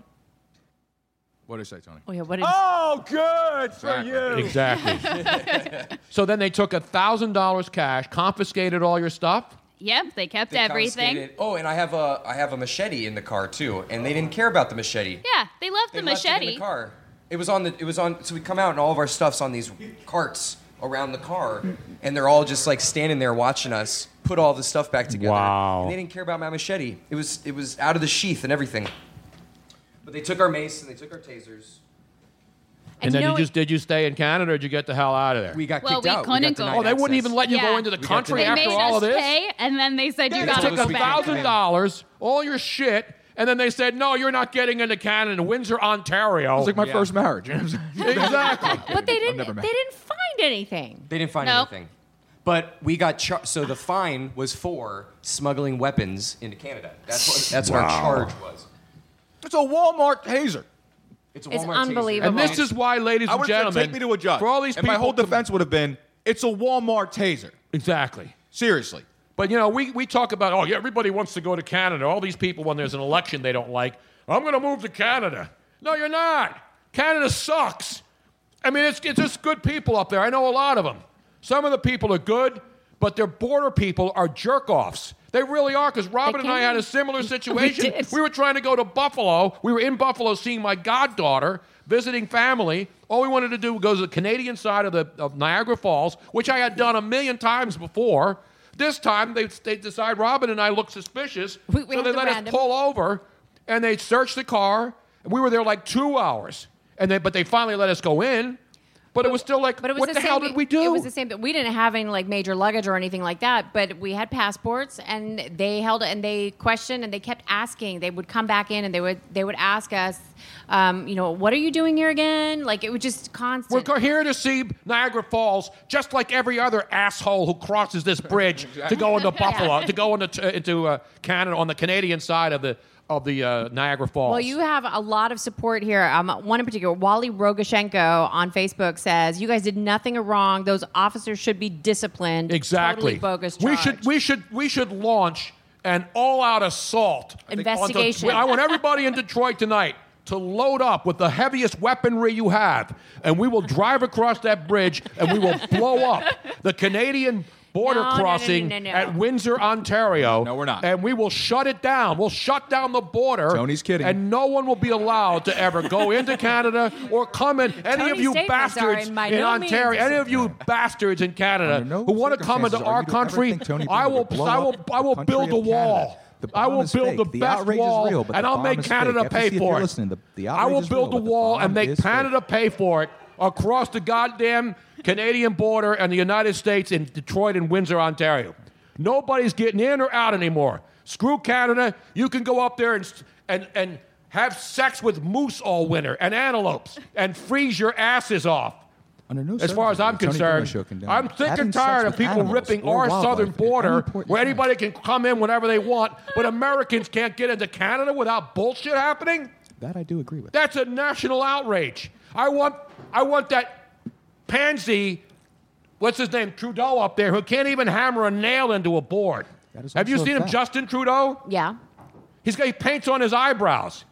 S6: What did I say, Tony?
S7: Oh yeah, what did
S6: Oh, good for you.
S4: exactly. so then they took a thousand dollars cash, confiscated all your stuff.
S10: Yep, they kept
S9: They
S10: everything.
S9: confiscated- Oh, and I have a I have a machete in the car too, and they didn't care about the machete.
S10: Yeah, they left
S9: They
S10: the
S9: left it
S10: machete.
S9: in the car. It was on the. It was on. So we come out and all of our stuff's on these carts around the car, and they're all just like standing there watching us put all the stuff back together.
S4: Wow.
S9: And they didn't care about my machete. It was it was out of the sheath and everything. But they took our mace and they took our tasers.
S4: And,
S7: you
S4: then you,
S7: know-
S4: just did you stay in Canada or did you get the hell out of there?
S9: We got
S10: Well,
S9: kicked
S10: we
S9: out.
S10: couldn't
S9: got
S10: go.
S9: denied
S4: oh, they wouldn't
S9: access.
S4: even let you
S10: Yeah.
S4: go into the
S9: We got
S4: country
S10: they
S9: denied
S4: after
S10: made
S4: all
S10: us
S4: of this.
S10: pay, and then they said you
S9: They
S10: got
S9: took
S10: to
S4: took
S9: us
S10: go
S4: a
S9: back.
S4: thousand dollars, all your shit, and then they said, "No, you're not getting into Canada, Windsor, Ontario."
S6: It's like my first marriage.
S4: exactly.
S7: But they didn't.
S6: never mad.
S7: They didn't find anything.
S9: They didn't find
S10: Nope.
S9: anything. But we got char- so the fine was for smuggling weapons into Canada. That's what that's what our charge was.
S6: it's a Walmart taser.
S9: It's, a
S7: It's
S9: Walmart taser.
S7: unbelievable.
S4: and this is why, ladies
S6: I
S4: and
S6: would have
S4: gentlemen,
S6: said, take me to a judge.
S4: For all these
S6: and
S4: people,
S6: my whole
S4: to-
S6: defense would have been, it's a Walmart taser.
S4: exactly.
S6: Seriously.
S4: But you know, we, we talk about oh, yeah, everybody wants to go to Canada. All these people, when there's an election they don't like, I'm going to move to Canada. No, you're not. Canada sucks. I mean, it's, it's just good people up there. I know a lot of them. Some of the people are good, but their border people are jerk offs. They really are, because Robin and
S7: can
S4: I had
S7: be.
S4: a similar situation.
S7: did.
S4: we were trying to go to Buffalo. We were in Buffalo seeing my goddaughter, visiting family. All we wanted to do was go to the Canadian side of, the, of Niagara Falls, which I had done a million times before. This time, they, they decide Robin and I look suspicious,
S7: We- we
S4: so
S7: have
S4: they
S7: to
S4: let
S7: random.
S4: us pull over, and they searched the car. We were there like two hours, and they, but they finally let us go in. But it was still like,
S7: But it was
S4: what
S7: the,
S4: the, hell
S7: same,
S4: did we do?
S7: It was the same. That we didn't have any like major luggage or anything like that. But we had passports, and they held it, and they questioned, and they kept asking. They would come back in, and they would they would ask us, um, you know, what are you doing here again? Like it was just constant.
S4: We're go- here to see Niagara Falls, just like every other asshole who crosses this bridge to go into Buffalo, to go into t- into uh, Canada on the Canadian side of the of the uh, Niagara Falls.
S7: Well, you have a lot of support here. Um, one in particular, Wally Rogashenko on Facebook says, "You guys did nothing wrong. Those officers should be disciplined.
S4: exactly
S7: Totally bogus.
S4: We
S7: charge."
S4: should we should we should launch an all-out assault on the-
S7: Investigation.
S4: I want everybody in Detroit tonight. To load up with the heaviest weaponry you have, and we will drive across that bridge and we will blow up the Canadian border
S7: No, no, no, no,
S4: crossing
S7: no, no.
S4: at Windsor, Ontario.
S6: No, we're not.
S4: And we will shut it down. We'll shut down the border.
S6: Tony's kidding.
S4: And no one will be allowed to ever go into Canada or come in. Any
S7: Tony's
S4: of you
S7: statements are
S4: bastards
S7: in my
S4: in
S7: no means
S4: Ontario, any of you bastards in Canada
S6: Under no
S4: who want to come into
S6: circumstances are
S4: our
S6: you to ever
S4: country,
S6: think Tony Blair
S4: I will,
S6: would blow
S4: I will,
S6: up the
S4: I will
S6: country
S4: build
S6: of
S4: a
S6: Canada.
S4: wall.
S6: The
S4: I will
S6: bomb is
S4: build
S6: fake.
S4: the
S6: The
S4: best
S6: outrage is
S4: wall,
S6: real, but
S4: and
S6: the
S4: I'll
S6: bomb
S4: make
S6: is
S4: Canada
S6: fake. FCC,
S4: pay
S6: if
S4: for
S6: you're
S4: it.
S6: listening, the- the
S4: I
S6: outrage
S4: will
S6: is
S4: build
S6: real,
S4: a
S6: but the
S4: wall
S6: bomb
S4: and make
S6: is fake.
S4: Canada pay for it across the goddamn Canadian border and the United States in Detroit and Windsor, Ontario. Nobody's getting in or out anymore. Screw Canada. You can go up there and and and have sex with moose all winter and antelopes and freeze your asses off
S6: Under no
S4: as far as I'm
S6: circumstances are Tony Bruno
S4: concerned,
S6: show condemned.
S4: I'm sick
S6: Having
S4: and
S6: sex
S4: tired of
S6: with
S4: people
S6: animals
S4: ripping
S6: or
S4: our
S6: wildlife
S4: southern
S6: at any
S4: border
S6: point in
S4: where
S6: time.
S4: anybody can come in whenever they want, but
S6: Ah.
S4: Americans can't get into Canada without bullshit happening?
S6: That I do agree with.
S4: That's a national outrage. I want, I want that pansy, what's his name, Trudeau up there, who can't even hammer a nail into a board.
S6: That is
S4: Have you
S6: also a
S4: seen him,
S6: fact.
S4: Justin Trudeau?
S7: yeah.
S4: He's got, he paints on his eyebrows.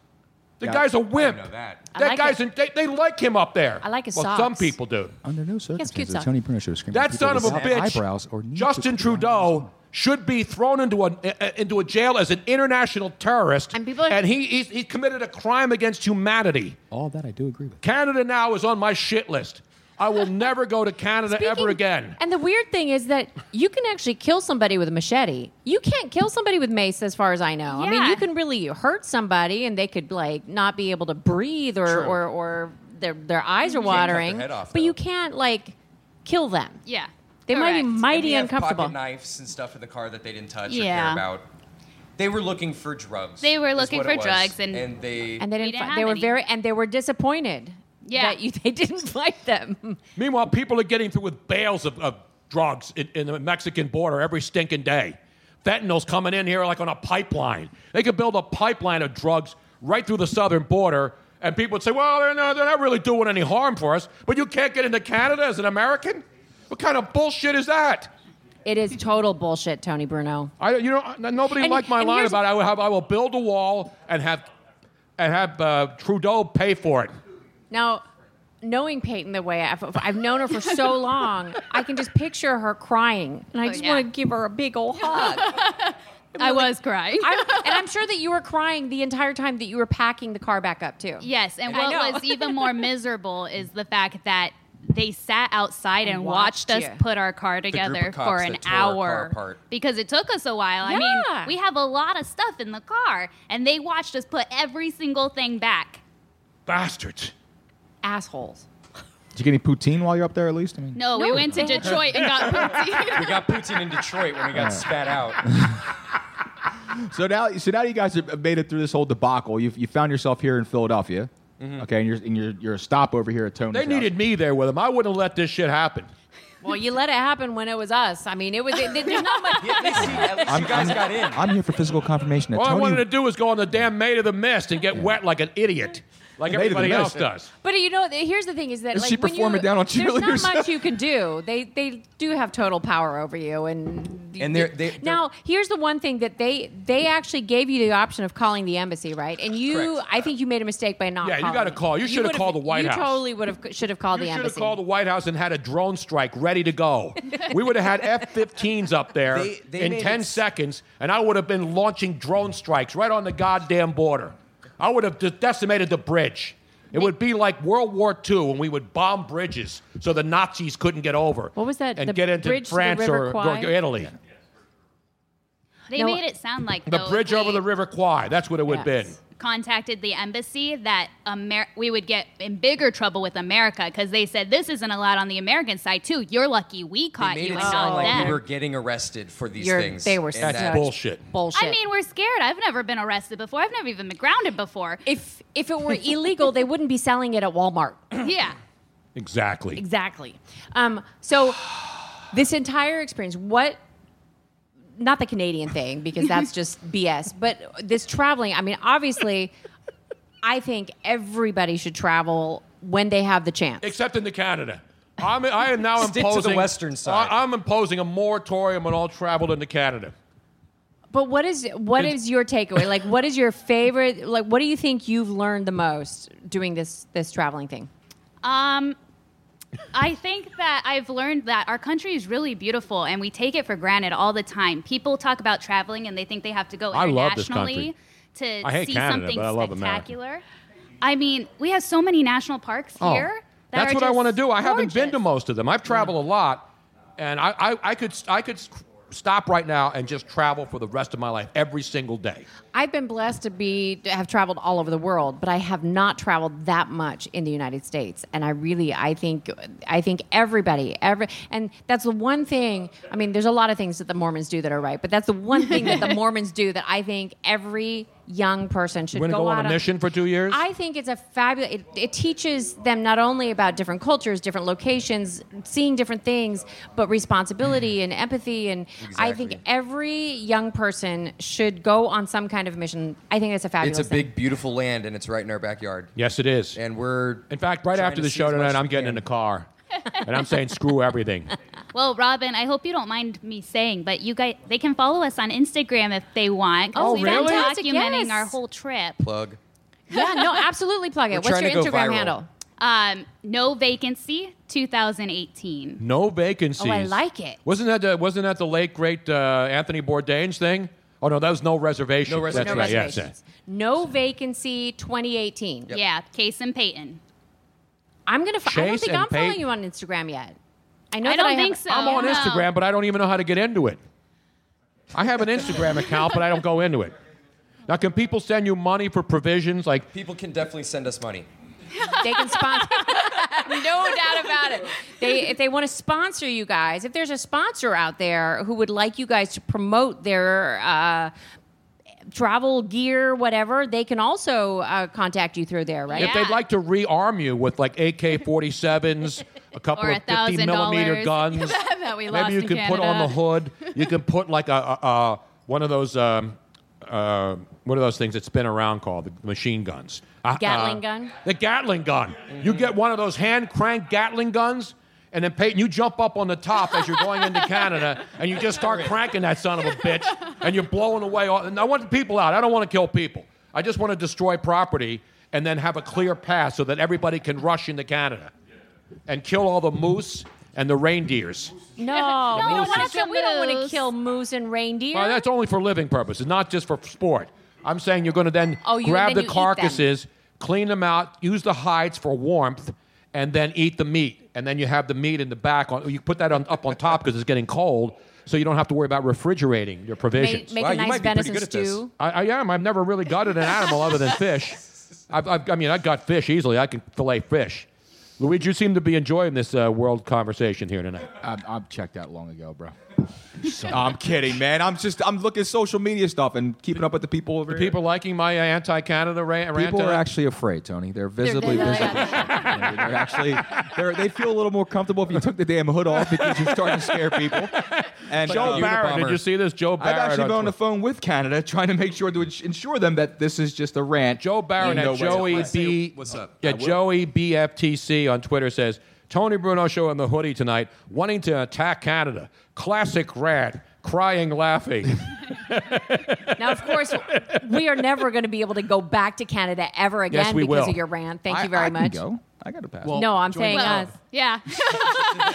S4: The
S6: Yeah,
S4: guy's a
S9: I
S4: wimp.
S9: didn't know that.
S7: I
S4: That
S7: like
S4: guy's,
S7: it.
S4: in, they, they like him up there.
S7: I like his
S4: well,
S7: socks.
S4: Some people do.
S6: Under no
S7: Yes, cute
S6: circumstances,
S7: song.
S6: Tony Bruno should have screamed. at
S4: That
S6: people
S4: son of a
S6: without
S4: bitch,
S6: Eyebrows or need to
S4: Justin
S6: put their eyebrows
S4: Trudeau,
S6: on.
S4: should be thrown into a, uh, into a jail as an international terrorist.
S7: And people are-
S4: and he, he's, he committed a crime against humanity.
S6: All that I do agree with.
S4: Canada now is on my shit list. I will never go to Canada ever
S7: Speaking-
S4: again.
S7: And the weird thing is that you can actually kill somebody with a machete. You can't kill somebody with mace, as far as I know. I mean,
S10: Yeah.
S7: you can really hurt somebody, and they could like not be able to breathe, or or, or their their eyes are
S9: cut their
S7: watering.
S9: head off,
S7: but you
S9: though.
S7: can't like kill them.
S10: yeah,
S7: They might be
S10: correct.
S9: And we
S7: mighty
S9: have
S7: uncomfortable.
S9: Pocket knives and stuff in the car that they didn't touch or
S10: Yeah.
S9: care about. They were looking for drugs.
S10: They were
S9: is
S10: looking
S9: what
S10: for
S9: it was.
S10: drugs and-
S9: they
S7: and they
S10: We
S7: didn't.
S10: didn't
S7: fi-
S10: have
S7: they were
S10: any.
S7: very and they were disappointed
S10: Yeah.
S11: that you they didn't fight them.
S4: Meanwhile, people are getting through with bales of, of drugs in, in the Mexican border every stinking day. Fentanyl's coming in here like on a pipeline. They could build a pipeline of drugs right through the southern border, and people would say, well, they're not, they're not really doing any harm for us, but you can't get into Canada as an American? What kind of bullshit is that?
S7: It is total bullshit, Tony Bruno.
S4: I, you know, I- nobody
S7: And-
S4: liked my
S7: and
S4: line
S7: here's-
S4: about I will, have, I will build a wall and have, and have uh, Trudeau pay for it.
S7: Now, knowing Peyton the way I've, I've known her for so long, I can just picture her crying, and I
S10: Oh,
S7: just
S10: yeah.
S7: want to give her a big old hug.
S10: I was crying.
S7: I'm, and I'm sure that you were crying the entire time that you were packing the car back up too.
S10: Yes, and
S7: I know.
S10: what was even more miserable is the fact that they sat outside and,
S7: And watched
S10: watched, us
S7: you.
S10: put our car together
S9: of cops
S10: for an
S9: that tore our car
S10: hour
S9: apart.
S10: because it took us a while. I
S7: Yeah.
S10: mean, we have a lot of stuff in the car, and they watched us put every single thing back.
S4: Bastards.
S7: Assholes.
S6: Did you get any poutine while you're up there at least? I mean,
S10: No, we went to Detroit and got poutine.
S9: We got poutine in Detroit when we got spat out.
S6: So now, so now you guys have made it through this whole debacle. You've, you found yourself here in Philadelphia, okay, and you're and you're you're a stop over here at Tony's.
S4: Mm-hmm. They needed me there with them. I wouldn't have let this shit happen.
S7: Well, you let it happen when it was us. I mean, it was. It, there's not much.
S9: At least, he- at least you guys got in.
S6: house. I'm here for physical confirmation. At
S4: All I
S6: Tony,
S4: wanted to do was go on the damn Maid of the Mist and get wet like an idiot, like
S6: Maid of the
S4: everybody else
S6: Mist.
S4: does.
S7: But you know, th- here's the thing: is that
S6: Is
S7: like
S6: she
S7: when
S6: performing
S7: you,
S6: down on
S7: There's
S6: cheerleaders?
S7: not much you can do. They they do have total power over you, and
S9: And they're- they- they're-
S7: now here's the one thing that they they actually gave you the option of calling the embassy, right? And you,
S9: Correct.
S7: I think you made a mistake by not.
S4: Yeah, you
S7: calling
S4: gotta
S7: it.
S4: call. You should've
S7: would've-
S4: called the White
S7: you
S4: House.
S7: totally would have should have called
S4: You
S7: the
S4: should have
S7: embassy.
S4: called the White House and had a drone strike ready to go. we would have had F 15s up there
S9: They- they
S4: in
S9: made
S4: 10
S9: it-
S4: seconds, and I would have been launching drone strikes right on the goddamn border. I would have de- decimated the bridge. It would be like World War II when we would bomb bridges so the Nazis couldn't get over.
S7: What was that?
S4: And
S7: The
S4: get into
S7: bridge to the
S4: France
S7: River
S4: or,
S7: Kwai?
S4: or Italy.
S10: they
S7: No.
S10: made it sound like
S4: The
S10: though,
S4: bridge
S10: we
S4: over the River Kwai. That's what it would have
S7: Yes.
S4: been.
S10: contacted the embassy that Amer- we would get in bigger trouble with America because they said this isn't allowed on the American side too. You're lucky we
S9: They
S10: caught
S9: made
S10: you
S9: it
S10: and
S9: sound
S10: not
S7: Oh,
S9: like
S10: them.
S9: we were getting arrested for these
S7: You're-
S9: things.
S7: they were
S9: and
S4: That's
S9: that-
S4: bullshit.
S7: Bullshit.
S10: I mean, we're scared. I've never been arrested before. I've never even been grounded before.
S7: if if it were illegal, they wouldn't be selling it at Walmart.
S10: yeah.
S4: Exactly.
S7: Exactly. Um, so this entire experience, what? Not the Canadian thing because that's just BS. But this traveling, I mean, obviously, I think everybody should travel when they have the chance.
S4: except into Canada. I'm, I am now
S9: Stick to the
S4: imposing
S9: western side.
S4: I, am imposing a moratorium on all travel into Canada.
S7: But what is what is your takeaway? Like, what is your favorite? Like, what do you think you've learned the most doing this this traveling thing?
S10: Um, I think that I've learned that our country is really beautiful and we take it for granted all the time. People talk about traveling and they think they have to go
S4: I love this
S10: internationally to
S4: I hate
S10: see
S4: Canada,
S10: something
S4: but I love America.
S10: spectacular. I mean, we have so many national parks
S9: Oh.
S10: here. that
S4: Oh, That's
S10: are
S4: what I
S10: just
S4: want to do. I haven't been to
S10: gorgeous.
S4: most of them. I've traveled a lot, and I, I, I could I could s- stop right now and just travel for the rest of my life every single day.
S7: I've been blessed to be to have traveled all over the world, but I have not traveled that much in the United States. And I really, I think, I think everybody, every, and that's the one thing. I mean, there's a lot of things that the Mormons do that are right, but that's the one thing that the Mormons do that I think every young person should
S4: We're gonna
S7: go
S4: go on
S7: out
S4: a mission for two years?
S7: I think it's a fabulous. It, it teaches them not only about different cultures, different locations, seeing different things, but responsibility and empathy. And I think
S9: Exactly.
S7: every young person should go on some kind of mission. I think that's a fabulous.
S9: It's a
S7: thing.
S9: big, beautiful land, and it's right in our backyard.
S4: Yes, it is.
S9: And we're
S4: in fact, right
S9: trying
S4: after
S9: to
S4: the
S9: see
S4: show
S9: as much
S4: tonight,
S9: as
S4: I'm
S9: we
S4: getting
S9: can.
S4: in the car, and I'm saying screw everything.
S10: Well, Robin, I hope you don't mind me saying, but you guys, they can follow us on Instagram if they want. 'cause
S7: Oh,
S10: we've
S7: really?
S10: been
S7: Fantastic,
S10: documenting
S7: yes.
S10: our whole trip.
S9: plug.
S7: Yeah, no, absolutely plug it.
S9: We're
S7: What's
S9: trying
S7: your
S9: to go
S7: Instagram
S9: viral.
S7: handle?
S10: Um, no vacancy 2018.
S4: No vacancies.
S7: Oh, I like it.
S4: Wasn't that the, wasn't that the late great uh, Anthony Bourdain's thing? Oh no, that was no reservations.
S9: No
S4: That's
S9: reservations.
S7: No
S4: right, yes,
S7: reservations. No vacancy 2018.
S10: Yeah, Case and Peyton.
S7: I'm gonna. F- I don't
S4: Chase
S7: think
S4: and
S7: I'm following
S4: Pate-
S7: you on Instagram yet. I know.
S10: I
S7: that
S10: don't
S7: I
S10: think
S7: haven't-
S10: so.
S4: I'm on
S10: No.
S4: Instagram, but I don't even know how to get into it. I have an Instagram account, but I don't go into it. Now, can people send you money for provisions? Like,
S9: People can definitely send us money.
S7: They can sponsor. no doubt about it. They, if they want to sponsor you guys, if there's a sponsor out there who would like you guys to promote their uh, travel gear, whatever, they can also uh, contact you through there, right?
S4: If they'd like to rearm you with like AK 47s, a couple
S7: Or
S4: of 50
S7: $1,000
S4: millimeter guns,
S10: that we lost
S4: maybe you
S10: in
S4: can put on the
S10: Canada.
S4: hood. You can put like a, a, a one of those um, uh, what are those things that spin around called the machine guns? Uh,
S7: Gatling
S4: uh,
S7: gun?
S4: The Gatling gun. You get one of those hand crank Gatling guns. And then Peyton, you jump up on the top as you're going into Canada, and you just start cranking that son of a bitch, and you're blowing away all. And I want the people out. I don't want to kill people. I just want to destroy property and then have a clear path so that everybody can rush into Canada and kill all the moose and the reindeers.
S7: No, we don't want
S10: moose.
S7: to. We don't want to
S10: Moose.
S7: kill moose and reindeer.
S4: Well, Uh, that's only for living purposes, not just for sport. I'm saying you're going to then
S7: Oh, you-
S4: grab
S7: then
S4: the
S7: you eat them.
S4: carcasses, clean them out, use the hides for warmth, and then eat the meat. And then you have the meat in the back. On, you put that on, up on top because it's getting cold, so you don't have to worry about refrigerating your provisions.
S7: make Wow, a you nice might be pretty venison good at this. stew.
S4: I, I am. I've never really gutted an animal other than fish. I've, I've, I mean, I gut fish easily. I can fillet fish. Luigi, you seem to be enjoying this uh, world conversation here tonight.
S6: I'm, I'm checked out long ago, bro. I'm kidding, man. I'm just I'm looking at social media stuff and keeping up with the people over
S4: The people liking my uh, anti-Canada ra- rant.
S6: People are
S4: tonight?
S6: actually afraid, Tony. They're visibly
S4: They're-
S6: busy. they're actually they're, they feel a little more comfortable if you took the damn hood off because you're starting to scare people. And uh,
S4: Joe Barron, did you see this? Joe Barron.
S6: I've actually
S4: on
S6: been on the
S4: Twitter.
S6: phone with Canada trying to make sure to ins- ensure them that this is just a rant.
S4: Joe Barron at Joey B.
S9: what's up?
S4: Yeah,
S9: I will.
S4: Joey BFTC on Twitter says Tony Bruno show in the hoodie tonight, wanting to attack Canada. Classic rant, crying, laughing.
S7: now, of course, we are never going to be able to go back to Canada ever again
S4: we
S7: because
S4: will.
S7: of your rant. Thank
S6: I-
S7: you very
S6: I can
S7: much.
S6: go. I got to pass.
S7: no, I'm saying
S10: Well,
S7: us.
S10: Yeah.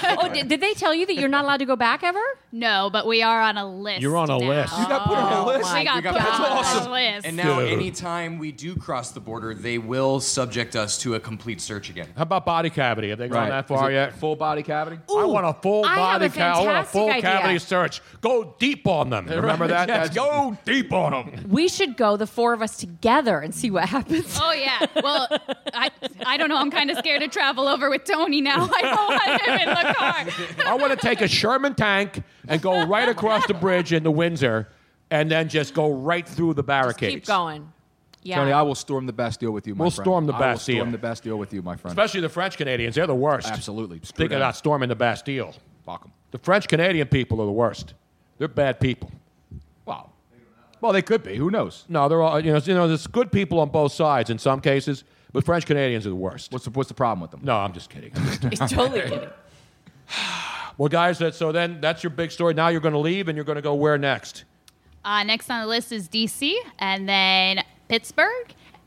S7: Oh, did, did they tell you that you're not allowed to go back ever?
S10: No, but we are on a list.
S4: You're on a
S10: now.
S4: list. You
S6: got put on
S7: Oh
S6: a list.
S10: We got,
S9: We got
S10: put
S9: put
S10: on
S9: on
S10: a list.
S9: And now,
S4: Dude.
S9: anytime we do cross the border, they will subject us to a complete search again.
S4: How about body cavity? Have they gone
S6: Right.
S4: that
S6: Is
S4: far
S6: it
S4: yet?
S6: Full body cavity.
S4: I want a full
S7: I have
S4: body
S7: a
S4: ca- I want a
S7: fantastic
S4: full
S7: idea.
S4: cavity search. Go deep on them. Remember that?
S6: Yes,
S4: go deep on them.
S7: We should go, the four of us together, and see what happens.
S10: Oh yeah. Well, I I don't know. I'm kind of scared to travel over with Tony now. I don't want him in the car.
S4: I want to take a Sherman tank and go right across the bridge into Windsor, and then just go right through the barricades.
S7: Keep going. Yeah.
S6: Tony, I will storm the best deal with you, my
S4: We'll
S6: friend.
S4: storm the
S6: I will
S4: Bastille.
S6: storm the best deal with you, my friend.
S4: Especially the French Canadians, they're the worst.
S6: Absolutely. Screw
S4: Speaking
S6: them.
S4: about storming the Bastille,
S6: Fuck 'em.
S4: the French Canadian people are the worst. They're bad people.
S6: Wow. Well, they could be. Who knows?
S4: No, they're all you know. You know, there's good people on both sides in some cases, but French Canadians are the worst.
S6: What's the, what's the problem with them?
S4: No, I'm just kidding.
S7: totally kidding.
S4: well, guys, that, so then that's your big story. Now you're going to leave, and you're going to go where next?
S10: Uh, next on the list is DC, and then Pittsburgh,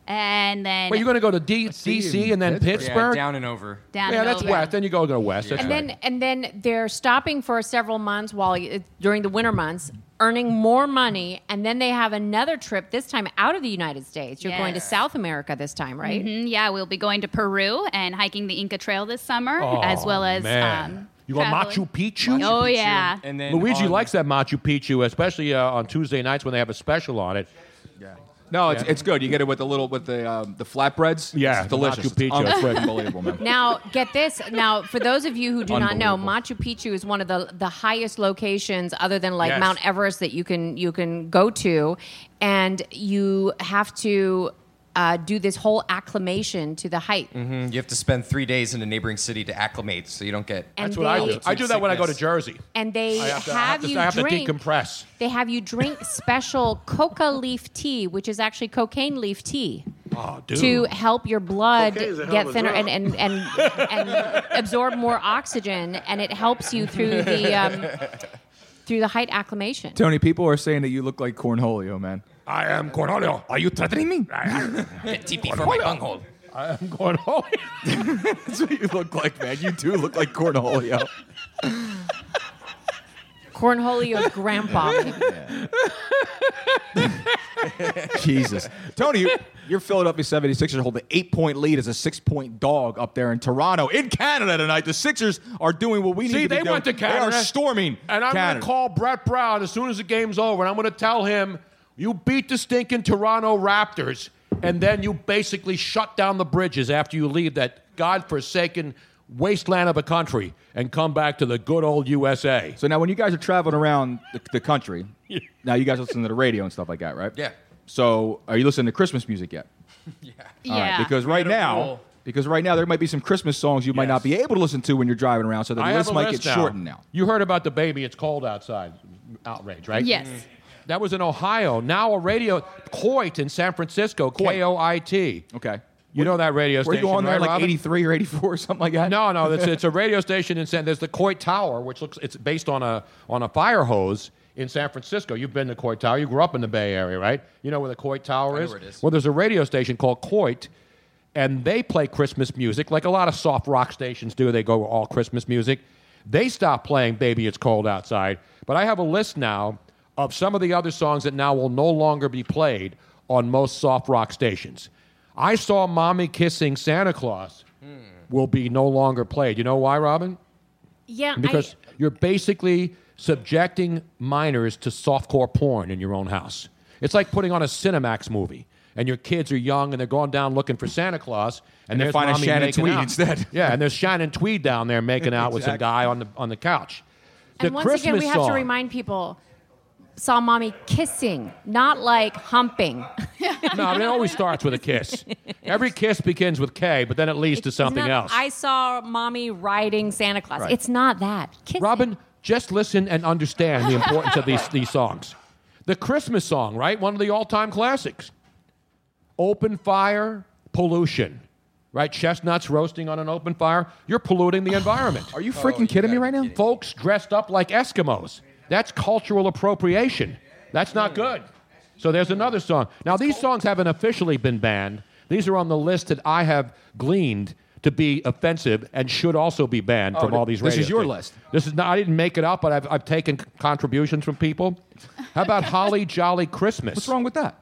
S10: and then
S4: Wait, you're going to go to D- DC and then
S6: Pittsburgh.
S9: Yeah,
S4: Pittsburgh.
S9: down and over.
S10: down.
S4: Yeah,
S10: and
S4: that's
S10: over.
S4: west. Then you go to west. That's
S7: and
S4: right.
S7: then and then they're stopping for several months while it's during the winter months earning more money and then they have another trip this time out of the united states you're going to
S10: Yes.
S7: south america this time right
S10: Mhm, yeah, we'll be going to Peru and hiking the Inca Trail this summer, as well
S4: Oh,
S10: as
S4: man.
S10: um,
S4: you want Machu
S10: traveling-
S4: Picchu?
S10: Oh yeah.
S9: And then
S4: Luigi
S9: on-
S4: likes that Machu Picchu, especially uh, on Tuesday nights when they have a special on it.
S6: No, it's, it's good. You get it with the little with the um, the flatbreads.
S4: Yeah,
S6: it's
S4: the
S6: delicious.
S4: Machu Picchu,
S6: It's
S4: it's
S6: un-
S4: great.
S6: unbelievable, man.
S7: now get this now for those of you who do not know machu picchu is one of the the highest locations other than like
S4: Yes.
S7: mount everest that you can you can go to and you have to uh, do this whole acclimation to the height
S4: Mm-hmm.
S9: Mm, You have to spend three days in a neighboring city to acclimate, so you don't get.
S7: And
S4: That's what I
S7: they-
S4: do. I do that when I go to Jersey.
S7: and they
S4: I have
S7: have,
S4: to- I have to-
S7: you
S4: I have to
S7: drink
S4: decompress.
S7: They have you drink special coca leaf tea, which is actually cocaine leaf tea,
S4: Oh, dude.
S7: to help your blood
S12: Cocaine's a hell of
S7: get
S12: a
S7: thinner
S12: drug.
S7: and and, and, and absorb more oxygen, and it helps you through the um, through the height acclimation.
S6: Tony, people are saying that you look like Cornholio, man.
S4: I am Cornelio. Are you threatening me? I
S9: Get TP for my bunghole.
S4: am Cornelio.
S6: That's what you look like, man. You do look like Cornholio.
S7: Cornholio's grandpa.
S6: Jesus. Tony, you, your Philadelphia 76ers hold an eight point lead as a six point dog up there in Toronto, in Canada tonight. The Sixers are doing what we need
S4: See,
S6: to be
S4: they
S6: doing.
S4: went to Canada.
S6: They are storming.
S4: And I'm going
S6: Canada.
S4: to call Brett Brown as soon as the game's over, and I'm going to tell him, you beat the stinking Toronto Raptors, and then you basically shut down the bridges after you leave that godforsaken wasteland of a country and come back to the good old USA.
S6: So now, when you guys are traveling around the, the country, now you guys listen to the radio and stuff like that, right?
S9: Yeah.
S6: So, are you listening to Christmas music yet? All right,
S10: yeah.
S6: because right now,
S10: rule.
S6: because right now there might be some Christmas songs you might not be able to listen to when you're driving around, so the
S4: I have
S6: list
S4: a
S6: might
S4: list
S6: get shortened now.
S4: You heard about the baby. It's cold outside. Outrage, right?
S6: Yes.
S9: Mm-hmm.
S4: That was in Ohio. Now a radio, Coit in San Francisco, K O I T.
S6: Okay.
S4: You know that radio
S6: Were
S4: station?
S6: you on there
S4: right,
S6: like
S4: Robin?
S6: 83 or 84 or something like that?
S4: No, no, it's, it's a radio station in San. There's the Coit Tower, which looks it's based on a on a fire hose in San Francisco. You've been to Coit Tower. You grew up in the Bay Area, right? You know where the Coit Tower is?
S9: where it is.
S4: Well, there's a radio station called Coit, and they play Christmas music like a lot of soft rock stations do. They go all Christmas music. They stopped playing "Baby It's Cold Outside," but I have a list now of some of the other songs that now will no longer be played on most soft rock stations. I saw "Mommy Kissing Santa Claus." will be no longer played. You know why, Robin?
S7: Yeah,
S4: Because you're basically subjecting minors to softcore porn in your own house. It's like putting on a Cinemax movie. And your kids are young, and they're going down looking for Santa Claus,
S6: And they
S4: there's
S6: find a
S4: mommy
S6: Shannon
S4: making
S6: Tweed
S4: out.
S6: instead.
S4: yeah, and there's Shannon Tweed down there making out with some
S6: Exactly.
S4: guy on the on the couch. The
S7: and once
S4: Christmas
S7: again, we have
S4: song.
S7: to remind people saw mommy kissing, not like humping.
S4: no, I mean, it always starts with a kiss. Every kiss begins with K, but then it leads to something
S7: Not,
S4: else.
S7: I saw mommy riding Santa Claus.
S4: Right.
S7: It's not that. Kissing.
S4: Robin, just listen and understand the importance of these, these songs. The Christmas song, right? One of the all time classics. Open fire, pollution, right? Chestnuts roasting on an open fire. You're polluting the environment. Oh, Are
S6: you freaking you kidding me right now?
S4: Folks dressed up like Eskimos. That's cultural appropriation. That's not good. So there's another song. Now, these songs haven't officially been banned. These are on the list that I have gleaned to be offensive and should also be banned
S6: Oh,
S4: from
S6: th-
S4: all these
S6: this is
S4: radio
S6: your
S4: stations.
S6: list.
S4: This is not, I didn't make it up, but I've, I've taken c- contributions from people. How about Holly Jolly Christmas? What's
S6: wrong with that?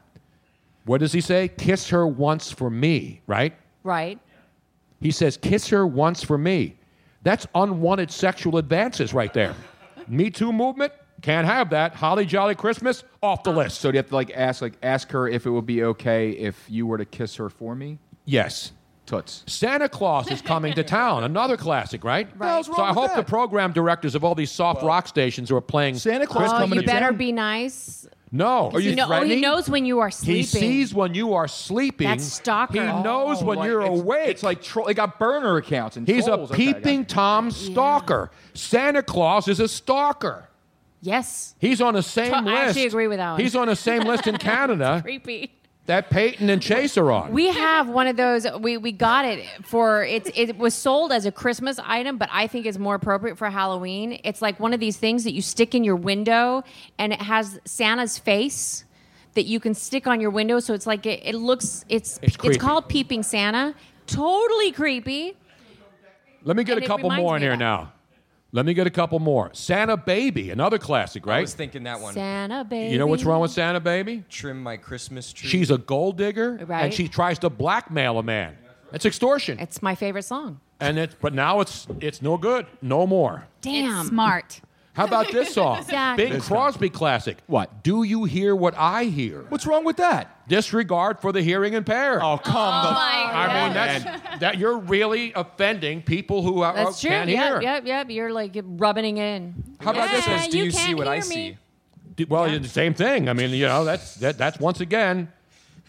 S4: What does he say? Kiss her once for me, right?
S7: Right.
S4: He says, kiss her once for me. That's unwanted sexual advances right there. me Too movement? Can't have that. Holly Jolly Christmas? Off the list.
S6: So do you have to like ask like ask her if it would be okay if you were to kiss her for me?
S4: Yes.
S6: Toots.
S4: Santa Claus is coming to town. Another classic, right?
S7: Right.
S4: So I hope the program directors of all these soft rock stations who are playing Santa
S7: Oh, you better be nice.
S4: No.
S7: Are you know, oh, he knows when you are sleeping.
S4: He sees when you are sleeping.
S7: That's stalker.
S4: He knows when
S6: Oh, like,
S4: you're
S6: it's-
S4: awake. It's
S6: like troll. They got burner accounts and
S4: He's
S6: trolls.
S4: a
S6: Okay, I got
S4: peeping Tom stalker. Santa Claus is a stalker.
S7: Yes.
S4: He's on the same
S7: I
S4: list.
S7: actually agree with that one.
S4: He's on the same list in Canada
S7: Creepy.
S4: that Peyton and Chase are on.
S7: We have one of those. We, we got it for it's it was sold as a Christmas item, but I think it's more appropriate for Halloween. It's like one of these things that you stick in your window, and it has Santa's face that you can stick on your window. So it's like it, it looks. It's
S4: It's
S7: it's,
S4: creepy.
S7: called peeping Santa. Totally creepy.
S4: Let me get
S7: And
S4: a
S7: it
S4: couple
S7: reminds
S4: more in
S7: me
S4: here
S7: of
S4: now. Let me get a couple more. Santa Baby, another classic, right?
S9: I was thinking that one.
S7: Santa baby.
S4: You know what's wrong with Santa Baby?
S9: Trim my Christmas tree.
S4: She's a gold digger, and
S7: Right.
S4: she tries to blackmail a man. That's extortion,
S7: It's my favorite song.
S4: and it. But now it's it's no good, no more.
S7: Damn.
S10: It's smart.
S4: How about this song?
S7: Exactly.
S4: Big Crosby classic.
S6: What?
S4: Do you hear what I hear?
S6: What's wrong with that?
S4: Disregard for the hearing impaired.
S6: Oh come the.
S4: I mean, that's, that you're really offending people who are,
S7: That's true.
S4: Oh, can't
S7: Yep,
S4: hear.
S7: yep, yep. You're like rubbing it in.
S9: How about this
S7: Yeah,
S9: one? Do
S7: you
S9: you, see
S7: can't
S9: what I
S7: hear me.
S9: see?
S4: D- Well, it's the same thing. I mean, you know, that's that, that's once again,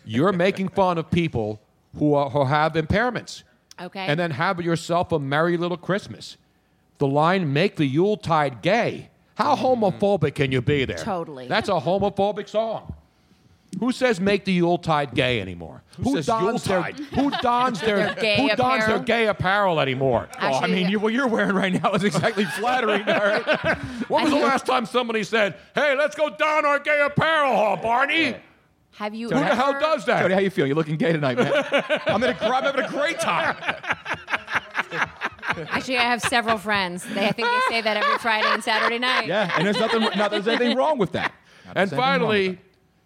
S4: you're making fun of people who are, who have impairments,
S7: Okay.
S4: and then have yourself a merry little Christmas. The line "Make the Yuletide Gay." How
S6: Mm-hmm.
S4: homophobic can you be there?
S7: Totally.
S4: That's a homophobic song. Who says "Make the Yuletide Gay" anymore? Who,
S6: says
S4: dons their
S6: Yuletide?
S4: Who dons their
S7: Their gay
S4: Who dons their
S7: apparel?
S4: gay apparel anymore?
S6: Oh, I
S7: Actually,
S6: mean, you, what you're wearing right now is exactly flattering. All right.
S4: When was the
S7: I-
S4: last time somebody said, "Hey, let's go don our gay apparel, huh, Barney"?
S7: Have you
S4: Who
S7: ever,
S4: the hell does that?
S6: Cody, how you feel? You're looking gay tonight, man. I'm, in a, gr- I'm having a great time.
S7: Actually, I have several friends. They, I think they say that every Friday and Saturday night.
S6: Yeah, and there's nothing, not, there's anything wrong with that. Not
S4: And
S6: there's anything wrong with
S4: finally,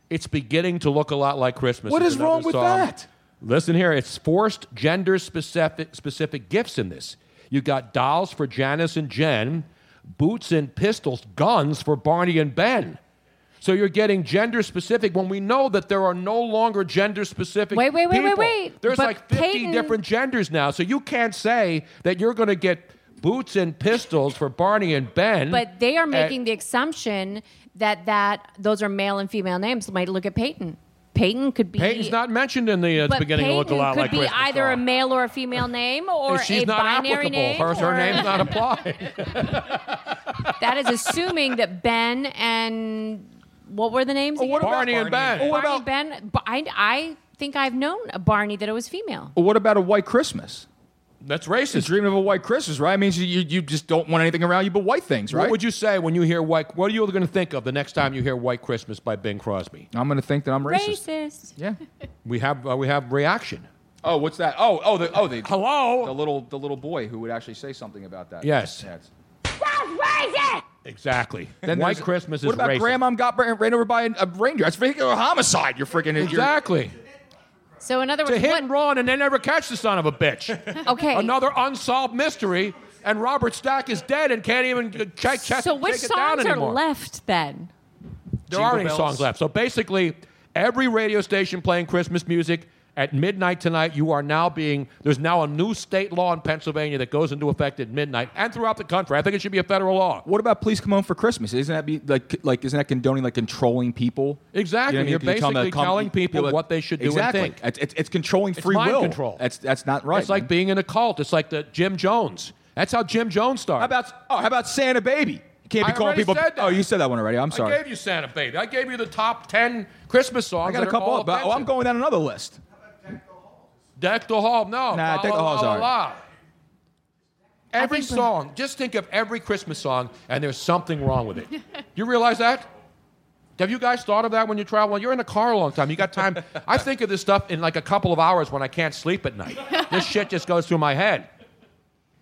S4: it's beginning to look a lot like Christmas.
S6: What
S4: It's
S6: is
S4: another
S6: wrong with
S4: song.
S6: that?
S4: Listen here, it's forced gender specific specific gifts in this. You got dolls for Janice and Jen, boots and pistols, guns for Barney and Ben. So you're getting gender specific when we know that there are no longer gender specific.
S7: Wait, wait, wait, wait,
S4: people.
S7: wait.
S4: There's
S7: But
S4: like 50
S7: Peyton-
S4: different genders now, so you can't say that you're going to get boots and pistols for Barney and Ben.
S7: But they are
S4: and-
S7: making the assumption that that those are male and female names. Might look at Peyton. Peyton could be.
S4: Peyton's not mentioned in the. uh, It's
S7: but
S4: beginning to look a
S7: Peyton
S4: lot
S7: could
S4: like
S7: be
S4: Christmas
S7: either a male or a female name, or
S4: She's
S7: a
S4: not
S7: binary
S4: applicable.
S7: name.
S4: Hers- her
S7: or-
S4: name's not applied.
S7: that is assuming that Ben and what were the names?
S4: what
S7: again?
S4: about Barney and Barney? Ben? What
S7: Barney and Ben. Ba- I, I think I've known a Barney that it was female.
S6: Well, what about a white Christmas?
S4: That's racist.
S6: dreaming of a white Christmas, right? I mean, you, you you just don't want anything around you but white things, right?
S4: What would you say when you hear white? What are you going to think of the next time you hear "White Christmas" by Bing Crosby?
S6: I'm going to think that I'm
S7: Racist.
S6: Yeah.
S4: We have uh, we have reaction.
S6: Oh, what's that? Oh, oh, the, oh, the
S4: hello,
S6: the little the little boy who would actually say something about that.
S4: Yes.
S6: Yeah, it's-
S4: Exactly.
S6: Then
S4: White
S6: there's-
S4: Christmas is
S6: What about
S4: racist.
S6: grandma got ran, ran over by an- a reindeer? That's vehicular homicide. You're freaking you're-
S4: Exactly.
S7: So in other
S4: To
S7: words,
S4: hit
S7: what,
S4: and run, and they never catch the son of a bitch.
S7: Okay.
S4: Another unsolved mystery, and Robert Stack is dead and can't even uh, check, check,
S7: so which
S4: take it down
S7: songs are
S4: anymore.
S7: left then?
S4: There are
S7: Jingle
S4: any
S7: bells.
S4: songs left. So basically, every radio station playing Christmas music at midnight tonight, you are now being, there's now a new state law in Pennsylvania that goes into effect at midnight and throughout the country. I think it should be a federal law.
S6: What about please come home for Christmas? Isn't that be like like isn't that condoning like controlling people?
S4: Exactly.
S6: You know
S4: You're
S6: what I mean? them
S4: basically
S6: to come-
S4: telling people
S6: like-
S4: what they should do and
S6: exactly.
S4: think.
S6: It's, it's, it's controlling
S4: It's
S6: free
S4: mind
S6: will.
S4: control.
S6: That's that's not right.
S4: it's like
S6: man.
S4: being in a cult. It's like the Jim Jones. That's how Jim Jones started.
S6: how about oh how about Santa baby? You can't be
S4: I
S6: calling
S4: already
S6: people.
S4: said that.
S6: Oh, you said that one already. I'm sorry.
S4: I gave you Santa Baby. I gave you the top 10 Christmas songs.
S6: I got a
S4: that are
S6: couple
S4: all
S6: up. but- Oh, I'm
S4: offensive.
S6: going down another list.
S4: Deck the Hall. No.
S6: Nah,
S4: La,
S6: Deck the
S4: la,
S6: Hall's
S4: la,
S6: all
S4: la, la. Every song, just think of every Christmas song, and there's something wrong with it. you realize that? Have you guys thought of that when you travel? You're in a car a long time. You got time. I think of this stuff in like a couple of hours when I can't sleep at night. this shit just goes through my head.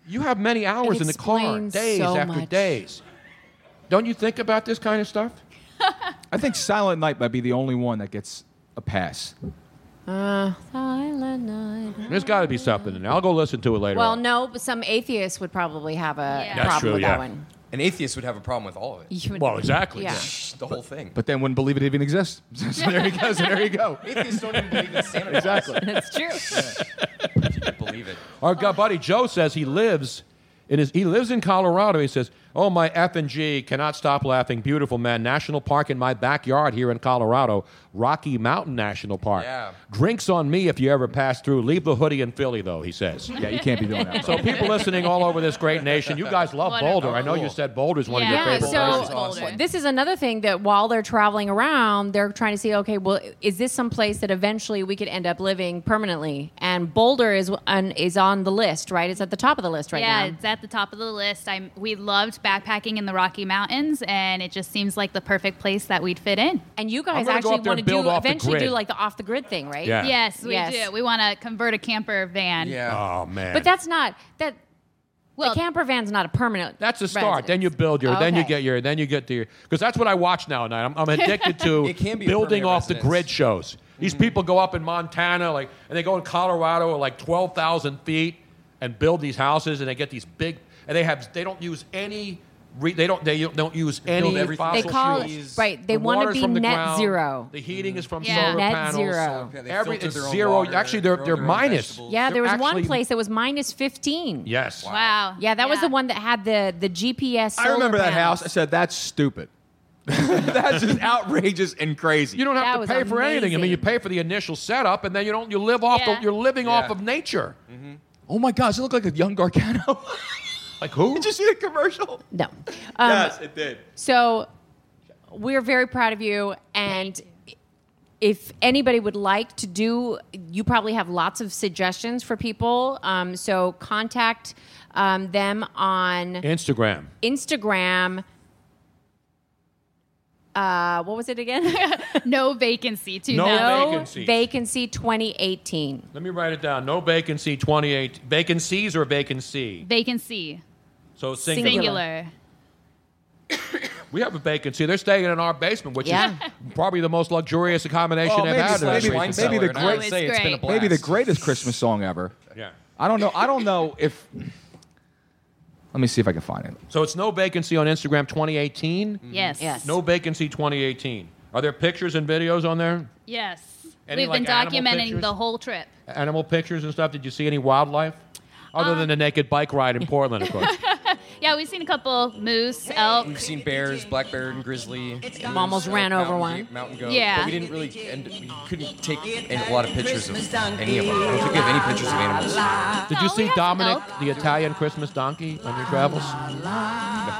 S4: You have many hours in the car,
S7: explains
S4: days
S7: so
S4: after
S7: much.
S4: days. Don't you think about this kind of stuff?
S6: I think Silent Night might be the only one that gets a pass.
S7: Uh, Silent Night.
S4: There's got to be something in there. I'll go listen to it later.
S7: Well,
S4: on.
S7: no, but some atheists would probably have a
S10: Yeah.
S7: problem
S4: That's true,
S7: with
S4: yeah.
S7: that one.
S9: An atheist would have a problem with all of it.
S7: You would-
S4: Well, exactly.
S7: Yeah.
S9: The whole thing.
S6: But then wouldn't believe it even exists. so there you go. So there you go.
S9: Atheists don't even believe in Santa Claus.
S6: Exactly.
S7: That's true.
S9: I believe it.
S4: Our gu- buddy Joe says he lives in his, he lives in Colorado. He says, "Oh my F and G cannot stop laughing. Beautiful man. National Park in my backyard here in Colorado, Rocky Mountain National Park.
S9: Yeah.
S4: Drinks on me if you ever pass through. Leave the hoodie in Philly though." He says.
S6: Yeah, you can't be doing that.
S4: So
S6: bro.
S4: people listening all over this great nation, you guys love
S10: Wonderful.
S4: Boulder. I know you said Boulder is one of your
S7: Yeah,
S4: favorite.
S7: so
S10: places. Boulder.
S7: this is another thing that while they're traveling around, they're trying to see, okay, well, is this some place that eventually we could end up living permanently? And Boulder is on, is on the list, right? It's at the top of the list right
S10: yeah,
S7: now.
S10: it's at the top of the list. I we loved backpacking in the Rocky Mountains, and it just seems like the perfect place that we'd fit in.
S7: And you
S4: I'm gonna
S7: guys
S4: go
S7: actually
S4: up there
S7: want
S4: and
S7: to
S4: build
S7: do
S4: off the
S7: eventually do
S4: grid.
S7: like the off the grid thing, right?
S4: Yeah.
S10: Yes, we
S7: Yes.
S10: do. We want to convert a camper van.
S9: Yeah.
S4: Oh man.
S7: But that's not that.
S10: Well,
S7: the camper van's not a permanent.
S4: That's a start. Then
S7: residence.
S4: you build your, then you
S7: Okay.
S4: get your, then you get to your. Because that's what I watch now, and I'm, I'm addicted to
S9: It can be a
S4: building
S9: permanent
S4: off the
S9: residence.
S4: grid shows. These
S7: Mm-hmm.
S4: people go up in Montana, like, and they go in Colorado, at like twelve thousand feet, and build these houses, and they get these big, and they have, they don't use any, re, they don't, they don't use any.
S9: everything
S4: fossil
S7: They
S9: Fossil
S7: call it
S9: fuels.
S7: right. They
S4: the
S7: want to
S4: water's
S7: be
S4: from the
S7: net
S4: ground.
S7: zero.
S4: The heating is from
S10: Yeah.
S4: solar
S7: Net
S4: panels.
S7: zero.
S9: Yeah, they
S4: Every,
S9: filter
S4: it's
S9: their own
S4: zero.
S9: water,
S4: actually, they're
S9: grow
S4: they're
S9: their own
S4: minus.
S9: vegetables.
S7: Yeah,
S4: They're
S7: there was one
S4: actually-
S7: place that was minus fifteen.
S4: Yes.
S10: Wow.
S7: Yeah, that was the one that had the the GPS.
S6: I remember
S7: solar
S6: that house. I
S7: panels.
S6: said, that's stupid. that's just outrageous and crazy.
S4: You don't
S7: That
S4: have to
S7: was
S4: pay for anything. I mean,
S7: amazing.
S4: you pay for the initial setup, and then you don't. You live off.
S10: Yeah.
S4: The, you're living off
S9: Yeah.
S4: of nature.
S6: oh my gosh, it looked like a young Gargano.
S4: Like who?
S6: Did you see the commercial?
S7: No. Um,
S6: it did.
S7: So we're very proud of you. And if anybody would like to do, you probably have lots of suggestions for people. Um, so contact um, them on
S4: Instagram.
S7: Instagram. Uh, what was it again?
S10: no vacancy to
S4: No
S10: them.
S4: vac- Oh,
S7: No
S4: Vacancies.
S7: vacancy 2018.
S4: Let me write it down. No vacancy. Twenty-eight vacancies or vacancy. Mm-hmm.
S10: vacancy.
S4: So singular.
S10: Singular.
S4: We have a vacancy. They're staying in our basement, which
S7: Yeah.
S4: is probably the most luxurious accommodation I've
S6: Oh, maybe
S4: had. in
S6: it's-
S4: this
S6: maybe-
S4: recent
S6: maybe the
S4: summer.
S10: great- Oh, it's
S9: say it's been a
S10: great.
S9: blast.
S6: Maybe the greatest Christmas song ever.
S4: Yeah.
S6: I don't know. I don't know if. Let me see if I can find it.
S4: So it's no vacancy on Instagram 2018.
S10: Yes.
S7: Yes.
S4: No vacancy 2018. Are there pictures and videos on there?
S10: Yes.
S4: Any,
S10: We've been
S4: like, animal
S10: documenting
S4: pictures?
S10: the whole trip.
S4: Animal pictures and stuff. Did you see any wildlife? Other than the naked bike ride in Portland, of course.
S10: yeah, we've seen a couple moose, elk.
S9: We've seen bears, black bear and grizzly.
S10: Mom almost ran
S9: mountain
S10: over
S9: goat-
S10: one.
S9: Mountain goat.
S10: Yeah.
S9: But we didn't really, and we couldn't take a lot of pictures of any of them. I don't think we have any pictures of animals.
S4: Did you see Dominic, the Italian Christmas donkey, on your travels?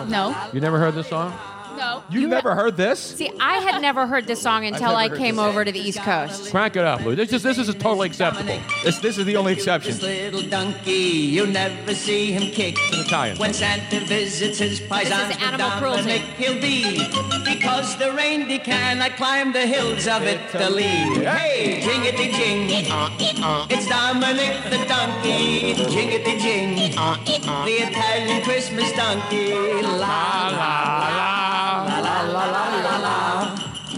S7: No.
S4: You never heard this song?
S10: No.
S4: You've never heard this?
S7: See, I had never heard this song until
S4: never
S7: I
S4: heard
S7: came
S4: this song.
S7: over to the East Coast.
S4: Crank it up, Lou. This is this is totally acceptable.
S6: This this is the only exception.
S12: Little donkey, you never see him kick.
S4: Italian.
S12: When Santa visits his paisan,
S7: This is animal
S12: Dominic he'll be, because the reindeer cannot climb the hills of Italy. Hey, jingity jing,
S10: Uh,
S12: it's Dominic the donkey, jingity jing,
S10: Uh,
S12: the Italian Christmas donkey. La la la la la la la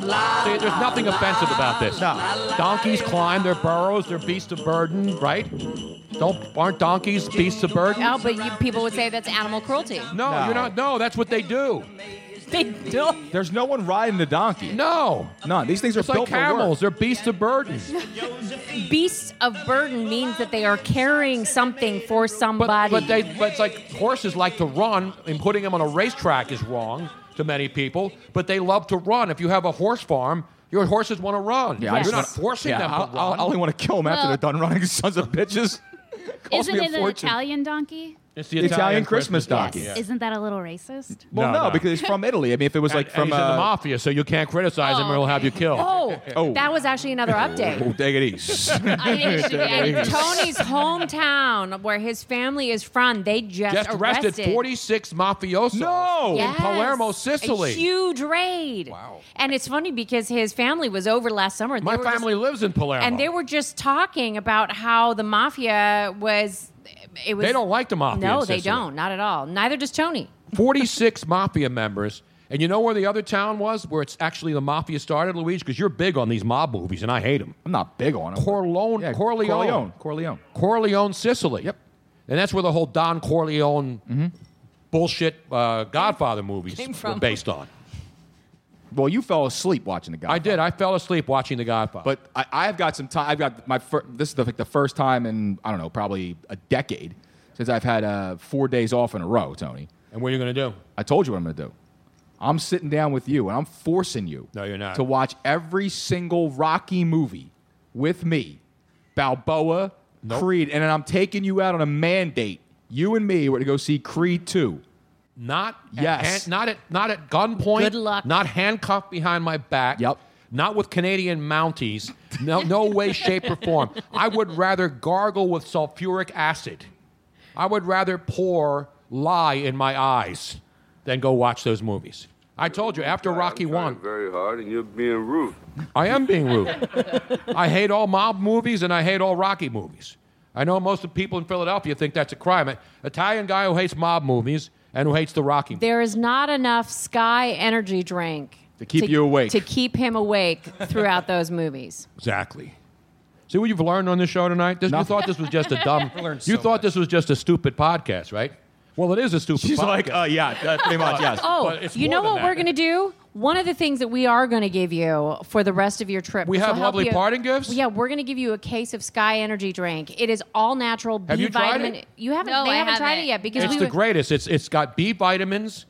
S12: la.
S4: See, there's nothing offensive about this. No. Donkeys climb their burrows. They're beasts of burden, right? Don't aren't donkeys beasts of burden?
S7: No, Oh, but you, people would say that's animal cruelty.
S4: No, you're not. No, that's what they do.
S7: They do.
S6: There's no one riding the donkey.
S4: No.
S6: None. These things are
S4: It's like
S6: built
S4: camels.
S6: for
S4: They're beasts of burden.
S7: Beasts of burden means that they are carrying something for somebody.
S4: But they, but it's like horses like to run, and putting them on a racetrack is wrong to many people. But they love to run. If you have a horse farm, your horses want to run.
S6: Yeah, I
S4: you're
S6: just
S4: not
S6: wanna-
S4: forcing
S6: yeah,
S4: them
S6: I'll-
S4: to
S6: I'll-
S4: run.
S6: I only want to kill them after
S10: Well-
S6: they're done running, sons of bitches. Cost
S10: Isn't
S6: me a
S10: it an
S6: fortune.
S10: Italian donkey?
S4: It's
S6: The Italian Christmas donkey. Yeah.
S10: Isn't that a little racist?
S6: Well,
S4: No,
S6: no,
S4: no.
S6: because he's from Italy. I mean, if it was like
S4: And
S6: from
S4: he's in the
S6: uh,
S4: mafia, so you can't criticize him, or he'll have you killed.
S7: oh,
S6: Oh.
S7: that was actually another update.
S6: Oh, take it easy.
S7: I didn't see that. Tony's hometown, where his family is from, they just,
S4: Just arrested 46 mafiosos
S6: No!
S4: in
S7: Yes.
S4: Palermo, Sicily.
S7: A huge raid. Wow. And it's funny because his family was over last summer. They
S4: My
S7: were just-
S4: family lives in Palermo.
S7: and they were just talking about how the mafia was. It was.
S4: They don't like the mafia
S7: No,
S4: in
S7: they
S4: Sicily.
S7: don't. Not at all. Neither does Tony.
S4: 46 mafia members. And you know where the other town was, where it's actually the mafia started, Luigi? Because you're big on these mob movies, and I hate them.
S6: I'm not big on him.
S4: Corleone,
S6: Yeah,
S4: Corleone,
S6: Corleone. Corleone.
S4: Corleone, Sicily. Yep. And that's where the whole Don Corleone
S6: Mm-hmm.
S4: bullshit uh, Godfather movies
S7: Came
S4: were
S7: from.
S4: based on.
S6: Well, you fell asleep watching the guy.
S4: I did. I fell asleep watching The Godfather.
S6: But I, I've got some time. I've got my fir- this is the, like the first time in I don't know probably a decade since I've had uh, four days off in a row, Tony.
S4: and what are you going to do?
S6: I told you what I'm going to do. I'm sitting down with you and I'm forcing you.
S4: No, you're not.
S6: To watch every single Rocky movie with me, Balboa,
S4: Nope.
S6: Creed, and then I'm taking you out on a mandate. You and me were to go see Creed two.
S4: Not at
S6: Yes.
S4: hand- not at not at gunpoint.
S7: Good luck.
S4: Not handcuffed behind my back.
S6: Yep.
S4: Not with Canadian Mounties. No, no way, shape, or form. I would rather gargle with sulfuric acid. I would rather pour lie in my eyes than go watch those movies. I told you after Rocky One,
S13: Very hard, and you're being rude.
S4: I am being rude. I hate all mob movies and I hate all Rocky movies. I know most of the people in Philadelphia think that's a crime. An Italian guy who hates mob movies and who hates the Rocky movies.
S7: There is not enough Sky energy drink
S6: To keep you awake.
S7: To keep him awake throughout those movies.
S4: Exactly. See what you've learned on this show tonight? This, you
S6: Nothing.
S4: thought this was just a dumb.
S9: learned
S4: you
S9: so
S4: thought this was just a stupid podcast, right? Well, it is a stupid.
S6: She's
S4: podcast.
S6: like, uh, yeah, uh, pretty much, yes.
S7: Oh,
S4: But it's
S7: you
S4: more
S7: know
S4: than
S7: what we're
S4: that.
S7: going to do? One of the things that we are going to give you for the rest of your trip.
S4: We
S7: which
S4: have
S7: will help
S4: lovely
S7: you-
S4: parting gifts?
S7: Yeah, we're going to give you a case of Sky Energy drink. It is all natural B
S4: Have you tried
S7: vitamin.
S4: it?
S7: You haven't.
S10: No,
S7: they
S10: I
S7: haven't, tried it
S10: haven't.
S7: yet because
S4: it's
S7: we
S4: the
S7: were-
S4: greatest. It's it's got B vitamins,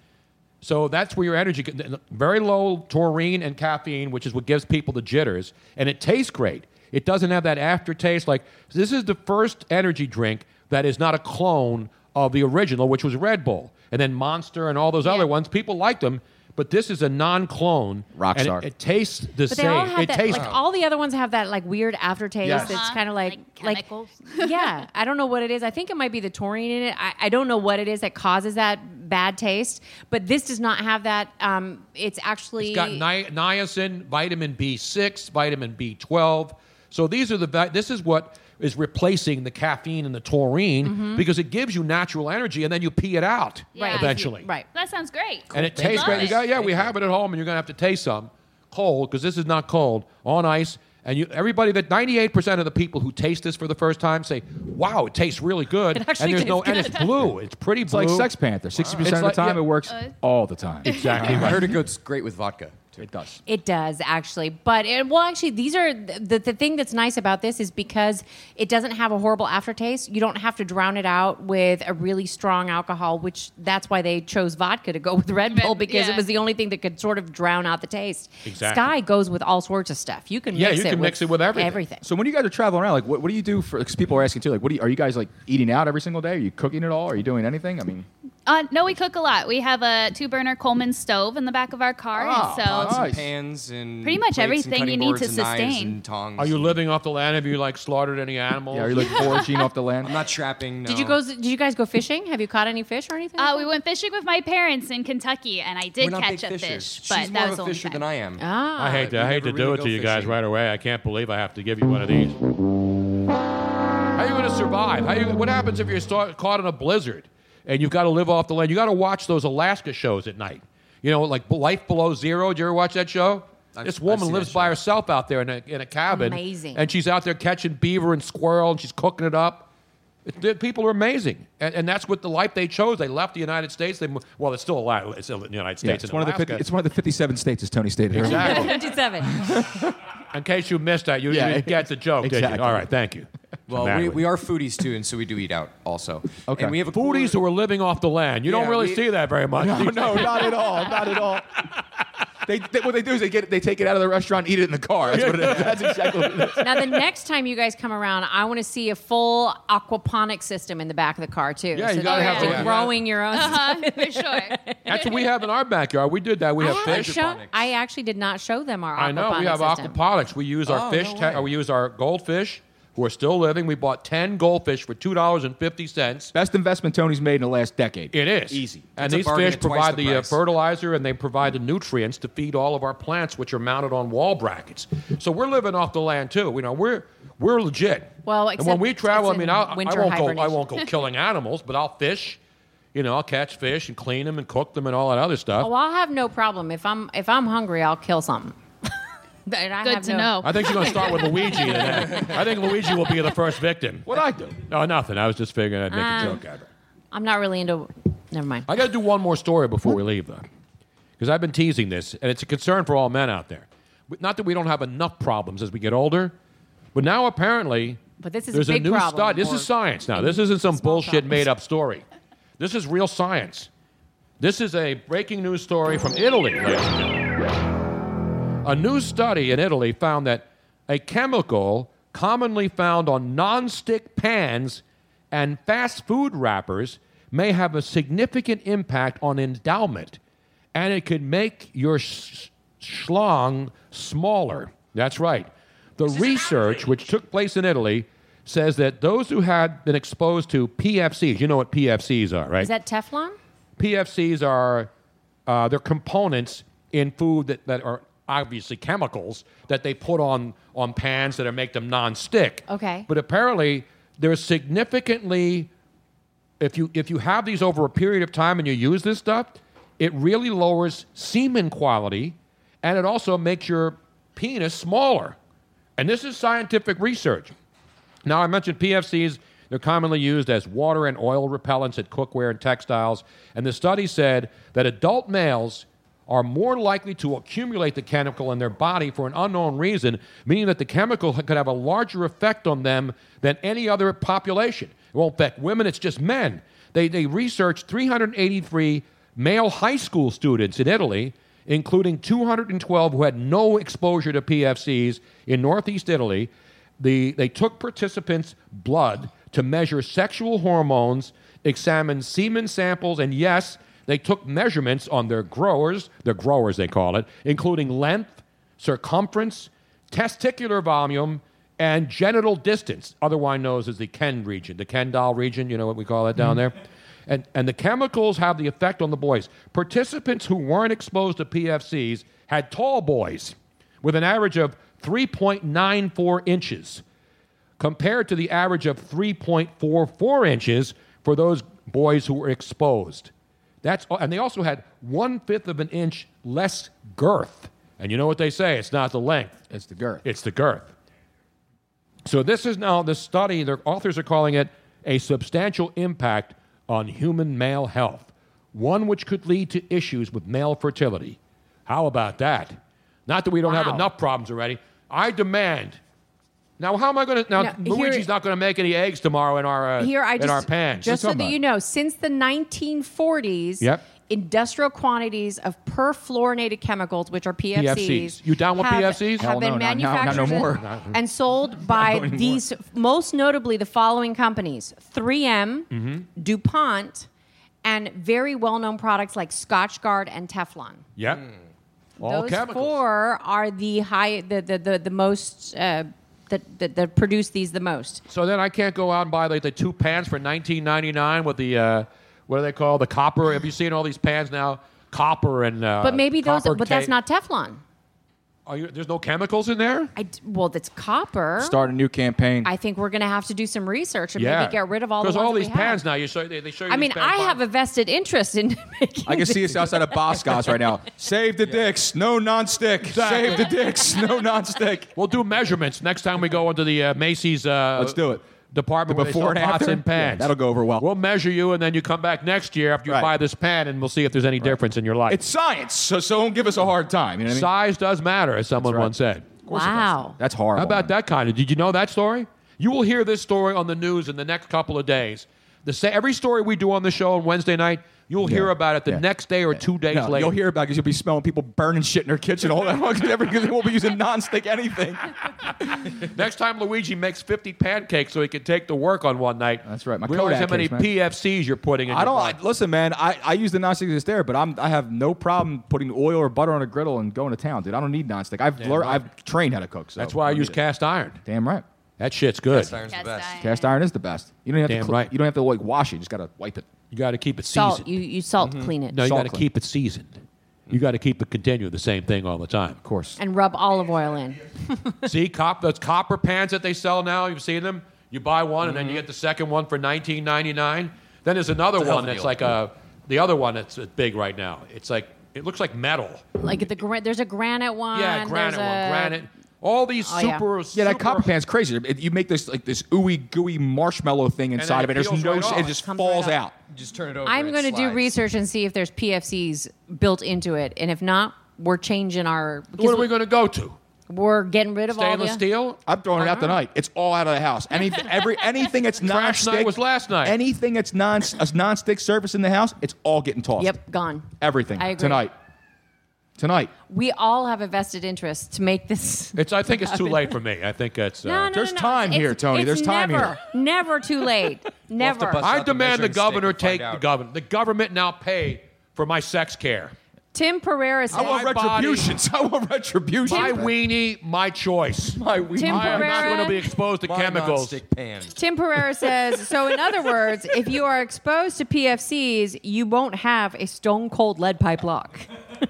S4: so that's where your energy can- very low taurine and caffeine, which is what gives people the jitters, and it tastes great. It doesn't have that aftertaste. Like this is the first energy drink that is not a clone of the original, which was Red Bull, and then Monster and all those other ones. People liked them. But this is a non-clone, and
S6: Rockstar.
S4: It, it tastes the
S7: But they
S4: same.
S7: all have
S4: it
S7: that.
S4: tastes
S7: Like all the other ones have that like weird aftertaste.
S6: Yes.
S7: It's
S10: Uh-huh.
S7: kind of like
S10: Like
S7: like,
S10: chemicals.
S7: yeah, I don't know what it is. I think it might be the taurine in it. I, I don't know what it is that causes that bad taste. But this does not have that. Um, it's actually
S4: It's got ni- niacin, vitamin B6, vitamin B12. So these are the vi- this is what is replacing the caffeine and the taurine because it gives you natural energy and then you pee it out
S10: Right.
S4: eventually.
S7: Mm-hmm. right.
S10: That sounds great.
S4: And it
S10: I
S4: tastes
S10: love
S4: great. You
S10: it.
S4: got yeah, we have it at home and you're going to have to taste some cold because this is not cold on ice and you everybody that 98% of the people who taste this for the first time say, "Wow, it tastes really good."
S7: It
S4: and
S7: actually
S4: there's no
S7: tastes
S4: and it's
S7: good.
S4: blue. It's pretty
S6: It's
S4: blue.
S6: like Sex Panther. Sixty percent
S4: It's
S6: of
S4: like-
S6: the time,
S4: yeah.
S6: it works all the time.
S4: Exactly.
S9: I heard it goes great with vodka.
S6: to. It does.
S7: It does actually, but it, well, actually, these are the the thing that's nice about this is because it doesn't have a horrible aftertaste. You don't have to drown it out with a really strong alcohol, which that's why they chose vodka to go with Red Bull because
S10: yeah.
S7: it was the only thing that could sort of drown out the taste.
S6: Exactly.
S7: Sky goes with all sorts of stuff. You can
S6: Yeah,
S7: mix
S6: you
S7: it
S6: can
S7: with
S6: mix it with everything.
S7: Everything.
S6: So when you guys are traveling around, like, what, what do you do for? Because people are asking too, like, what do you, are you guys like eating out every single day? Are you cooking at all? Are you doing anything? I mean,
S10: Uh, no, we cook a lot. We have a two burner Coleman stove in the back of our car,
S9: Ah,
S10: and so
S9: pots and pans and
S10: Pretty much
S9: plates and
S10: everything
S9: cutting
S10: you need
S9: boards
S10: to
S9: and knives
S10: sustain.
S9: and tongs.
S4: Are you living off the land? Have you like slaughtered any animals?
S9: Yeah, are you, like,
S6: foraging off the land?
S9: I'm not trapping. No.
S7: Did you go? Did you guys go fishing? Have you caught any fish or anything?
S10: Uh, we went fishing with my parents in Kentucky, and I
S9: We're
S10: did
S9: not
S10: catch
S9: big
S10: a
S9: fishers.
S10: fish, but
S9: She's
S10: that
S9: more of
S10: was
S9: a
S10: the only
S9: fisher
S10: time.
S9: than I am.
S7: Ah.
S4: I hate to, I hate to do it to you guys right away. I can't believe I have to give you one of these. How are you going to survive? How you, what happens if you're sta- caught in a blizzard and you've got to live off the land? You got to watch those Alaska shows at night. You know, like Life Below Zero. Did you ever watch that show? this woman lives by herself out there in a, in a cabin.
S7: Amazing.
S4: And she's out there catching beaver and squirrel and she's cooking it up. It- the people are amazing. And, and that's what the life they chose. They left the United States. They, mo- well, it's still alive. It's still in the United States.
S6: yeah, it's
S4: and
S6: one of the 50,
S4: Alaska.
S6: it's one of the 57 states, as Tony stated. earlier.
S4: Exactly.
S7: Fifty-seven.
S4: In case you missed that, you,
S9: Yeah.
S4: you didn't get the joke, did
S9: Exactly.
S4: you? All right, thank you.
S9: Well, we, we are foodies too, and so we do eat out also.
S4: Okay.
S9: And we have a
S4: foodies who are living off the land. You don't
S9: Yeah,
S4: really
S9: we-
S4: see that very much.
S6: No, no, not at all, not at all. They, they- what they do is they get they take it out of the restaurant, eat it in the car. That's, what it is. That's exactly what it is.
S7: now the next time you guys come around, I want to see a full aquaponic system in the back of the car too.
S4: Yeah, you
S7: so
S4: gotta
S7: that
S4: have
S7: you're
S4: the-
S7: growing your own.
S10: Uh-huh, for sure.
S4: That's what we have in our backyard. We did that. We
S7: I,
S4: have
S7: haven't
S4: fish.
S7: shown- I actually did not show them our.
S4: I know. We
S7: aquaponic
S4: have
S7: system.
S4: aquaponics. We use our
S7: Oh,
S4: fish.
S7: no
S4: ta-
S7: way.
S4: or we use our goldfish who are still living. We bought ten goldfish for two dollars and fifty cents.
S6: Best investment Tony's made in the last decade.
S4: It is easy, and
S6: It's a
S4: these
S6: bargain
S4: fish
S6: at twice
S4: provide
S6: the
S4: the, uh,
S6: price.
S4: fertilizer and they provide the nutrients to feed all of our plants, which are mounted on wall brackets. So we're living off the land too. You know, we're we're legit.
S7: Well,
S4: and when
S7: except
S4: we travel, I
S7: it's
S4: mean,
S7: in
S4: I'll, I
S7: winter
S4: won't go. I
S7: hibernation.
S4: won't go killing animals, but I'll fish. You know, I'll catch fish and clean them and cook them and all that other stuff.
S7: Oh, I'll have no problem if I'm if I'm hungry, I'll kill something. And I
S10: Good
S7: have
S10: to
S7: no-
S10: know.
S4: I think you're going to start with Luigi. in that. I think Luigi will be the first victim. What
S6: I do?
S4: No, nothing. I was just figuring I'd make
S7: Um,
S4: a joke out of it.
S7: I'm not really into. Never mind.
S4: I got to do one more story before we leave, though, because I've been teasing this, and it's a concern for all men out there. But Not that we don't have enough problems as we get older, but now apparently
S7: But this is
S4: there's
S7: a big
S4: new
S7: problem.
S4: stud. This
S7: for-
S4: is science now. This isn't some bullshit made up story. This is real science. This is a breaking news story from Italy, ladies and gentlemen. A new study in Italy found that a chemical commonly found on non-stick pans and fast food wrappers may have a significant impact on endowment, and it could make your sh- schlong smaller. That's right. The research, which took place in Italy, says that those who had been exposed to PFCs, you know what PFCs are, right?
S7: Is that Teflon?
S4: PFCs are uh, they're components in food that, that are obviously chemicals that they put on on pans that are, make them non-stick.
S7: Okay.
S4: But apparently, there's significantly if you if you have these over a period of time and you use this stuff, it really lowers semen quality, and it also makes your penis smaller. And this is scientific research. Now I mentioned PFCs. They're commonly used as water and oil repellents at cookware and textiles. And the study said that adult males are more likely to accumulate the chemical in their body for an unknown reason, meaning that the chemical could have a larger effect on them than any other population. It won't affect women, it's just men. They, they researched 383 male high school students in Italy, including 212 who had no exposure to PFCs in northeast Italy. The, they took participants' blood to measure sexual hormones, examined semen samples, and yes, they took measurements on their growers, their growers they call it, including length, circumference, testicular volume, and genital distance, otherwise known as the Ken region, the Kendall region, you know what we call that down there? And, and the chemicals have the effect on the boys. Participants who weren't exposed to PFCs had tall boys with an average of 3.94 inches compared to the average of 3.44 inches for those boys who were exposed. That's and they also had one fifth of an inch less girth. And you know what they say? It's not the length;
S6: it's the girth.
S4: It's the girth. So this is now this study. The authors are calling it a substantial impact on human male health, one which could lead to issues with male fertility. How about that? Not that we don't have
S7: Wow.
S4: enough problems already. I demand. Now, how am I going to? Now,
S7: No, here-
S4: Luigi's not going to make any eggs tomorrow in our uh,
S7: Here, I
S4: in
S7: just
S4: our pan.
S7: just so that you know, since the 1940s,
S4: Yep.
S7: industrial quantities of perfluorinated chemicals, which are PFCs,
S4: PFCs. You down with
S7: have,
S4: PFCs?
S7: Have
S4: Hell
S7: been
S4: no, not- not- not
S7: manufactured
S4: no
S7: and-
S4: more. Not-
S7: and sold by
S4: anymore.
S7: these, most notably, the following companies: 3M,
S4: Mhm.
S7: DuPont, and very well-known products like Scotchgard and Teflon.
S4: Yep. All
S7: Those
S4: chemicals.
S7: four are the high, the the the, the most uh, that, that that produce these the most.
S4: So then I can't go out and buy like the two pans for 19.99 with the uh, what do they call the copper? Have you seen all these pans now? Copper and uh,
S7: but maybe those,
S4: copper
S7: but that's
S4: tape.
S7: not Teflon.
S4: Are you, there's no chemicals in there.
S7: I d- well, that's copper.
S6: Start a new campaign.
S7: I think we're going to have to do some research and
S4: yeah.
S7: maybe get rid of all the
S4: Because
S7: ones
S4: all
S7: that
S4: these
S7: we have.
S4: pans now you show they, they show you.
S7: I
S4: these
S7: mean,
S4: pans
S7: I
S4: by-
S7: have a vested interest in making.
S6: I can see
S7: this.
S6: us outside of Boscos right now. Save the dicks, no non-stick. Save the dicks, no non-stick.
S4: We'll do measurements next time we go into the uh, Macy's. Uh, Let's do
S6: it.
S4: Department
S6: The
S4: where they sell
S6: before and
S4: pots
S6: after?
S4: and pans.
S6: Yeah, that'll go over well.
S4: We'll measure you, and then you come back next year after you
S6: Right.
S4: buy this pan, and we'll see if there's any difference in your life.
S6: It's science, so so don't give us a hard time. You know what I mean?
S4: Size does matter, as someone once said.
S7: Wow.
S6: That's horrible.
S4: How about that kind of? Did you know that story? You will hear this story on the news in the next couple of days. The sa- every story we do on the show on Wednesday night, you'll hear about it the next day or two days
S6: No,
S4: later.
S6: you'll hear about because you'll be smelling people burning shit in their kitchen all that long because they won't be using non-stick anything.
S4: Next time Luigi makes 50 pancakes so he can take the work on one night. That's right.
S6: my
S4: Realize
S6: Kodak
S4: how many
S6: case, man.
S4: PFCs you're putting in
S6: I
S4: your
S6: don't
S4: body.
S6: I, listen, man. I, I use the non-stick that's there, but I'm I have no problem putting oil or butter on a griddle and going to town, dude. I don't need non-stick. I've
S4: Damn
S6: learned,
S4: right.
S6: I've trained how to cook. So
S4: That's why I
S6: don't
S4: use
S6: need it.
S4: cast iron.
S6: Damn right.
S4: That shit's good.
S9: Cast iron's the Cast best. iron.
S6: Cast iron is the best. You don't have
S4: Damn
S6: to cl-
S4: right.
S6: You don't have to like wash it. You just gotta wipe it.
S4: You got to keep it
S7: Salt.
S4: seasoned.
S7: You you salt clean it.
S4: No, you got to keep it seasoned. You got to keep it continue the same thing all the time. Of
S6: course.
S7: and rub olive oil in.
S4: See, cop those copper pans that they sell now. You've seen them. You buy one, and then you
S6: Mm-hmm.
S4: get the second one for nineteen ninety nine. Then there's another
S9: It's a
S4: one
S9: health
S4: that's
S9: deal.
S4: like a the other one that's uh, big right now. It's like it looks like metal.
S7: Like the gra- there's a granite one.
S4: yeah,
S7: there's
S4: granite
S7: a-
S4: one, granite. All these
S7: Oh, yeah.
S4: super,
S6: Yeah, that copper pan's crazy. It- you make this like this ooey gooey marshmallow thing
S4: And then
S6: inside of it.
S4: it peels
S6: There's no.
S4: right off.
S6: it just
S4: Comes
S6: falls
S4: right
S6: out.
S4: off.
S9: Just turn it over.
S7: I'm going to do research and see if there's PFCs built into it, and if not, we're changing our.
S4: What are we going to go to?
S7: We're getting rid of all the
S4: Stainless steel.
S6: I'm throwing it out
S7: Uh-huh.
S6: tonight. It's all out of the house. Anything, every anything that's
S4: Trash
S6: non-stick
S4: night was last night.
S6: Anything that's non a non-stick surface in the house, it's all getting tossed.
S7: Yep, gone.
S6: Everything
S7: I agree.
S6: tonight. Tonight.
S7: We all have a vested interest to make this.
S4: It's. I think it's too late for me. I think it's. Uh,
S7: No, no, no,
S6: There's
S7: no,
S6: time
S7: it's-
S6: here, Tony.
S7: it's
S6: There's time
S7: never,
S6: here.
S7: Never too late. never.
S4: I demand the governor take the government. The government now pay for my sex care.
S7: Tim Pereira says.
S4: I want retributions.
S6: I want retribution.
S4: My weenie, my choice. My weenie.
S7: Tim
S4: I am not
S7: Pereira.
S4: going to be exposed to chemicals.
S7: Tim Pereira says. So, in other words, if you are exposed to PFCs, you won't have a stone cold lead pipe lock.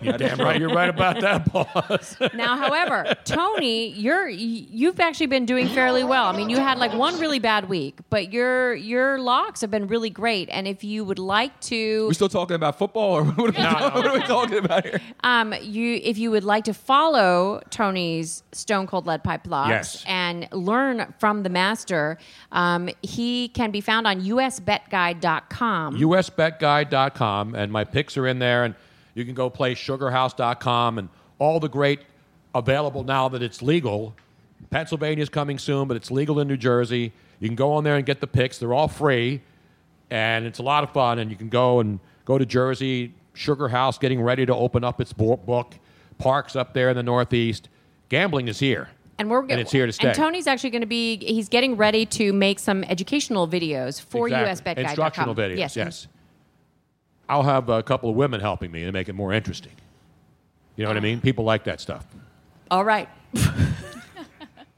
S4: You're damn right. You're right about that, boss.
S7: Now, however, Tony, you're you've actually been doing fairly well. I mean, you had like one really bad week, but your your locks have been really great. And if you would like to,
S6: We still talking about football, or what are we, what are we talking about here?
S7: um, you if you would like to follow Tony's Stone Cold Lead Pipe locks
S6: Yes.
S7: and learn from the master, um, he can be found on usbetguide.com.
S4: usbetguide.com and my picks are in there and you can go play sugarhouse.com and all the great available now that it's legal pennsylvania's coming soon but it's legal in new jersey you can go on there and get the picks they're all free and it's a lot of fun and you can go and go to jersey sugar house getting ready to open up its bo- book parks up there in the northeast gambling is here
S7: And we're
S4: And it's here to stay.
S7: And Tony's actually going to be he's getting ready to make some educational videos for
S4: Exactly.
S7: usbetguide.com.
S4: Instructional videos, yes. I'll have a couple of women helping me to make it more interesting. You know what I mean? People like that stuff.
S7: All right.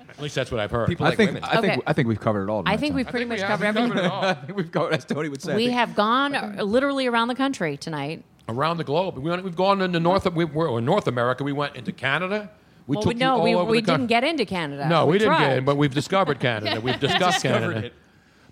S4: At least that's what I've heard.
S6: I think I think
S7: Okay.
S6: I think we've covered it all.
S7: I
S6: tonight,
S7: think
S6: Tony.
S7: we've pretty much
S4: we have
S7: covered everything.
S6: I think we've covered as Tony would say. I
S7: We
S6: think-
S7: have gone literally around the country tonight.
S4: around the globe. We went, we've gone into North, we were, or North America. We went into Canada. We
S7: well,
S4: took
S7: we, no,
S4: you all
S7: we,
S4: over
S7: we
S4: the country.
S7: didn't get into Canada.
S4: No, we, didn't
S7: tried.
S4: get it, but we've discovered Canada. We've discussed
S7: Discovered
S4: Canada.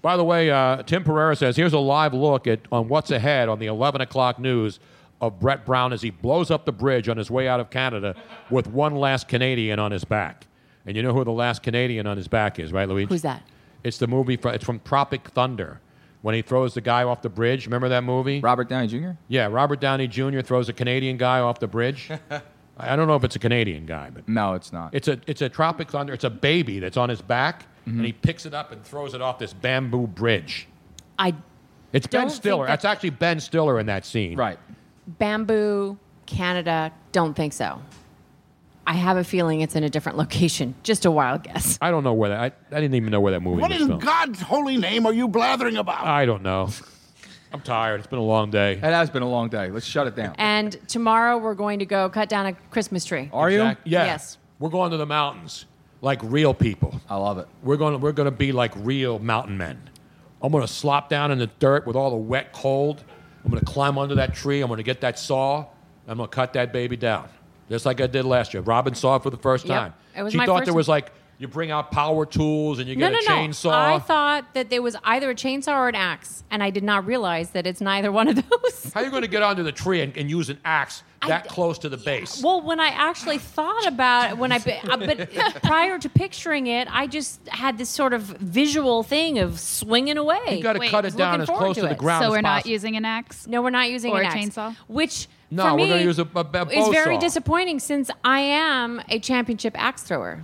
S4: By the way, uh, Tim Pereira says here's a live look at on what's ahead on the 11 o'clock news of Brett Brown as he blows up the bridge on his way out of Canada with one last Canadian on his back. And you know who the last Canadian on his back is, right, Luigi?
S7: Who's that?
S4: It's the movie. From, it's from Tropic Thunder, when he throws the guy off the bridge. Remember that movie?
S6: Robert Downey Jr.
S4: Yeah, Robert Downey Jr. throws a Canadian guy off the bridge. I I don't know if it's a Canadian guy, but
S6: no, it's not.
S4: It's a it's a tropic thunder. It's a baby that's on his back,
S7: Mm-hmm.
S4: and he picks it up and throws it off this bamboo bridge.
S7: I
S4: It's
S7: Don't
S4: Ben
S7: think
S4: Stiller.
S7: that-
S4: That's actually Ben Stiller in that scene.
S6: Right.
S7: Bamboo, Canada, don't think so. I have a feeling it's in a different location. Just a wild guess.
S4: I don't know where that. I, I didn't even know where that movie
S14: What
S4: was
S14: in
S4: filmed.
S14: God's holy name are you blathering about?
S4: I don't know. I'm tired. It's been a long day. It
S6: has been a long day. Let's shut it down.
S7: And tomorrow we're going to go cut down a Christmas tree.
S4: Exact- Yeah.
S7: Yes.
S4: We're going to the mountains like real people.
S6: I love it.
S4: We're going. To, we're going to be like real mountain men. I'm going to slop down in the dirt with all the wet cold. I'm going to climb under that tree. I'm going to get that saw. I'm going to cut that baby down, just like I did last year. Robin saw it for the first
S7: Yep.
S4: time.
S7: It was
S4: she
S7: my
S4: thought
S7: first
S4: there was
S7: one.
S4: like you bring out power tools and you
S7: No,
S4: get
S7: no,
S4: a
S7: no.
S4: chainsaw.
S7: I thought that there was either a chainsaw or an axe, and I did not realize that it's neither one of those.
S4: How are you going to get under the tree and, and use an axe that close to the base?
S7: Well, when I actually thought about it, when I uh, but prior to picturing it, I just had this sort of visual thing of swinging away.
S4: You gotta Wait, cut it
S7: I was
S4: down
S7: looking
S4: as
S7: forward
S4: close to the ground
S10: So
S4: as
S10: we're not
S4: possible.
S10: using an axe.
S7: No, we're not using
S10: or
S7: an
S10: a
S7: axe.
S10: chainsaw.
S7: Which
S4: No,
S7: for
S4: we're
S7: me
S4: gonna use a- a- a
S7: is
S4: bow
S7: very
S4: saw.
S7: disappointing since I am a championship axe thrower.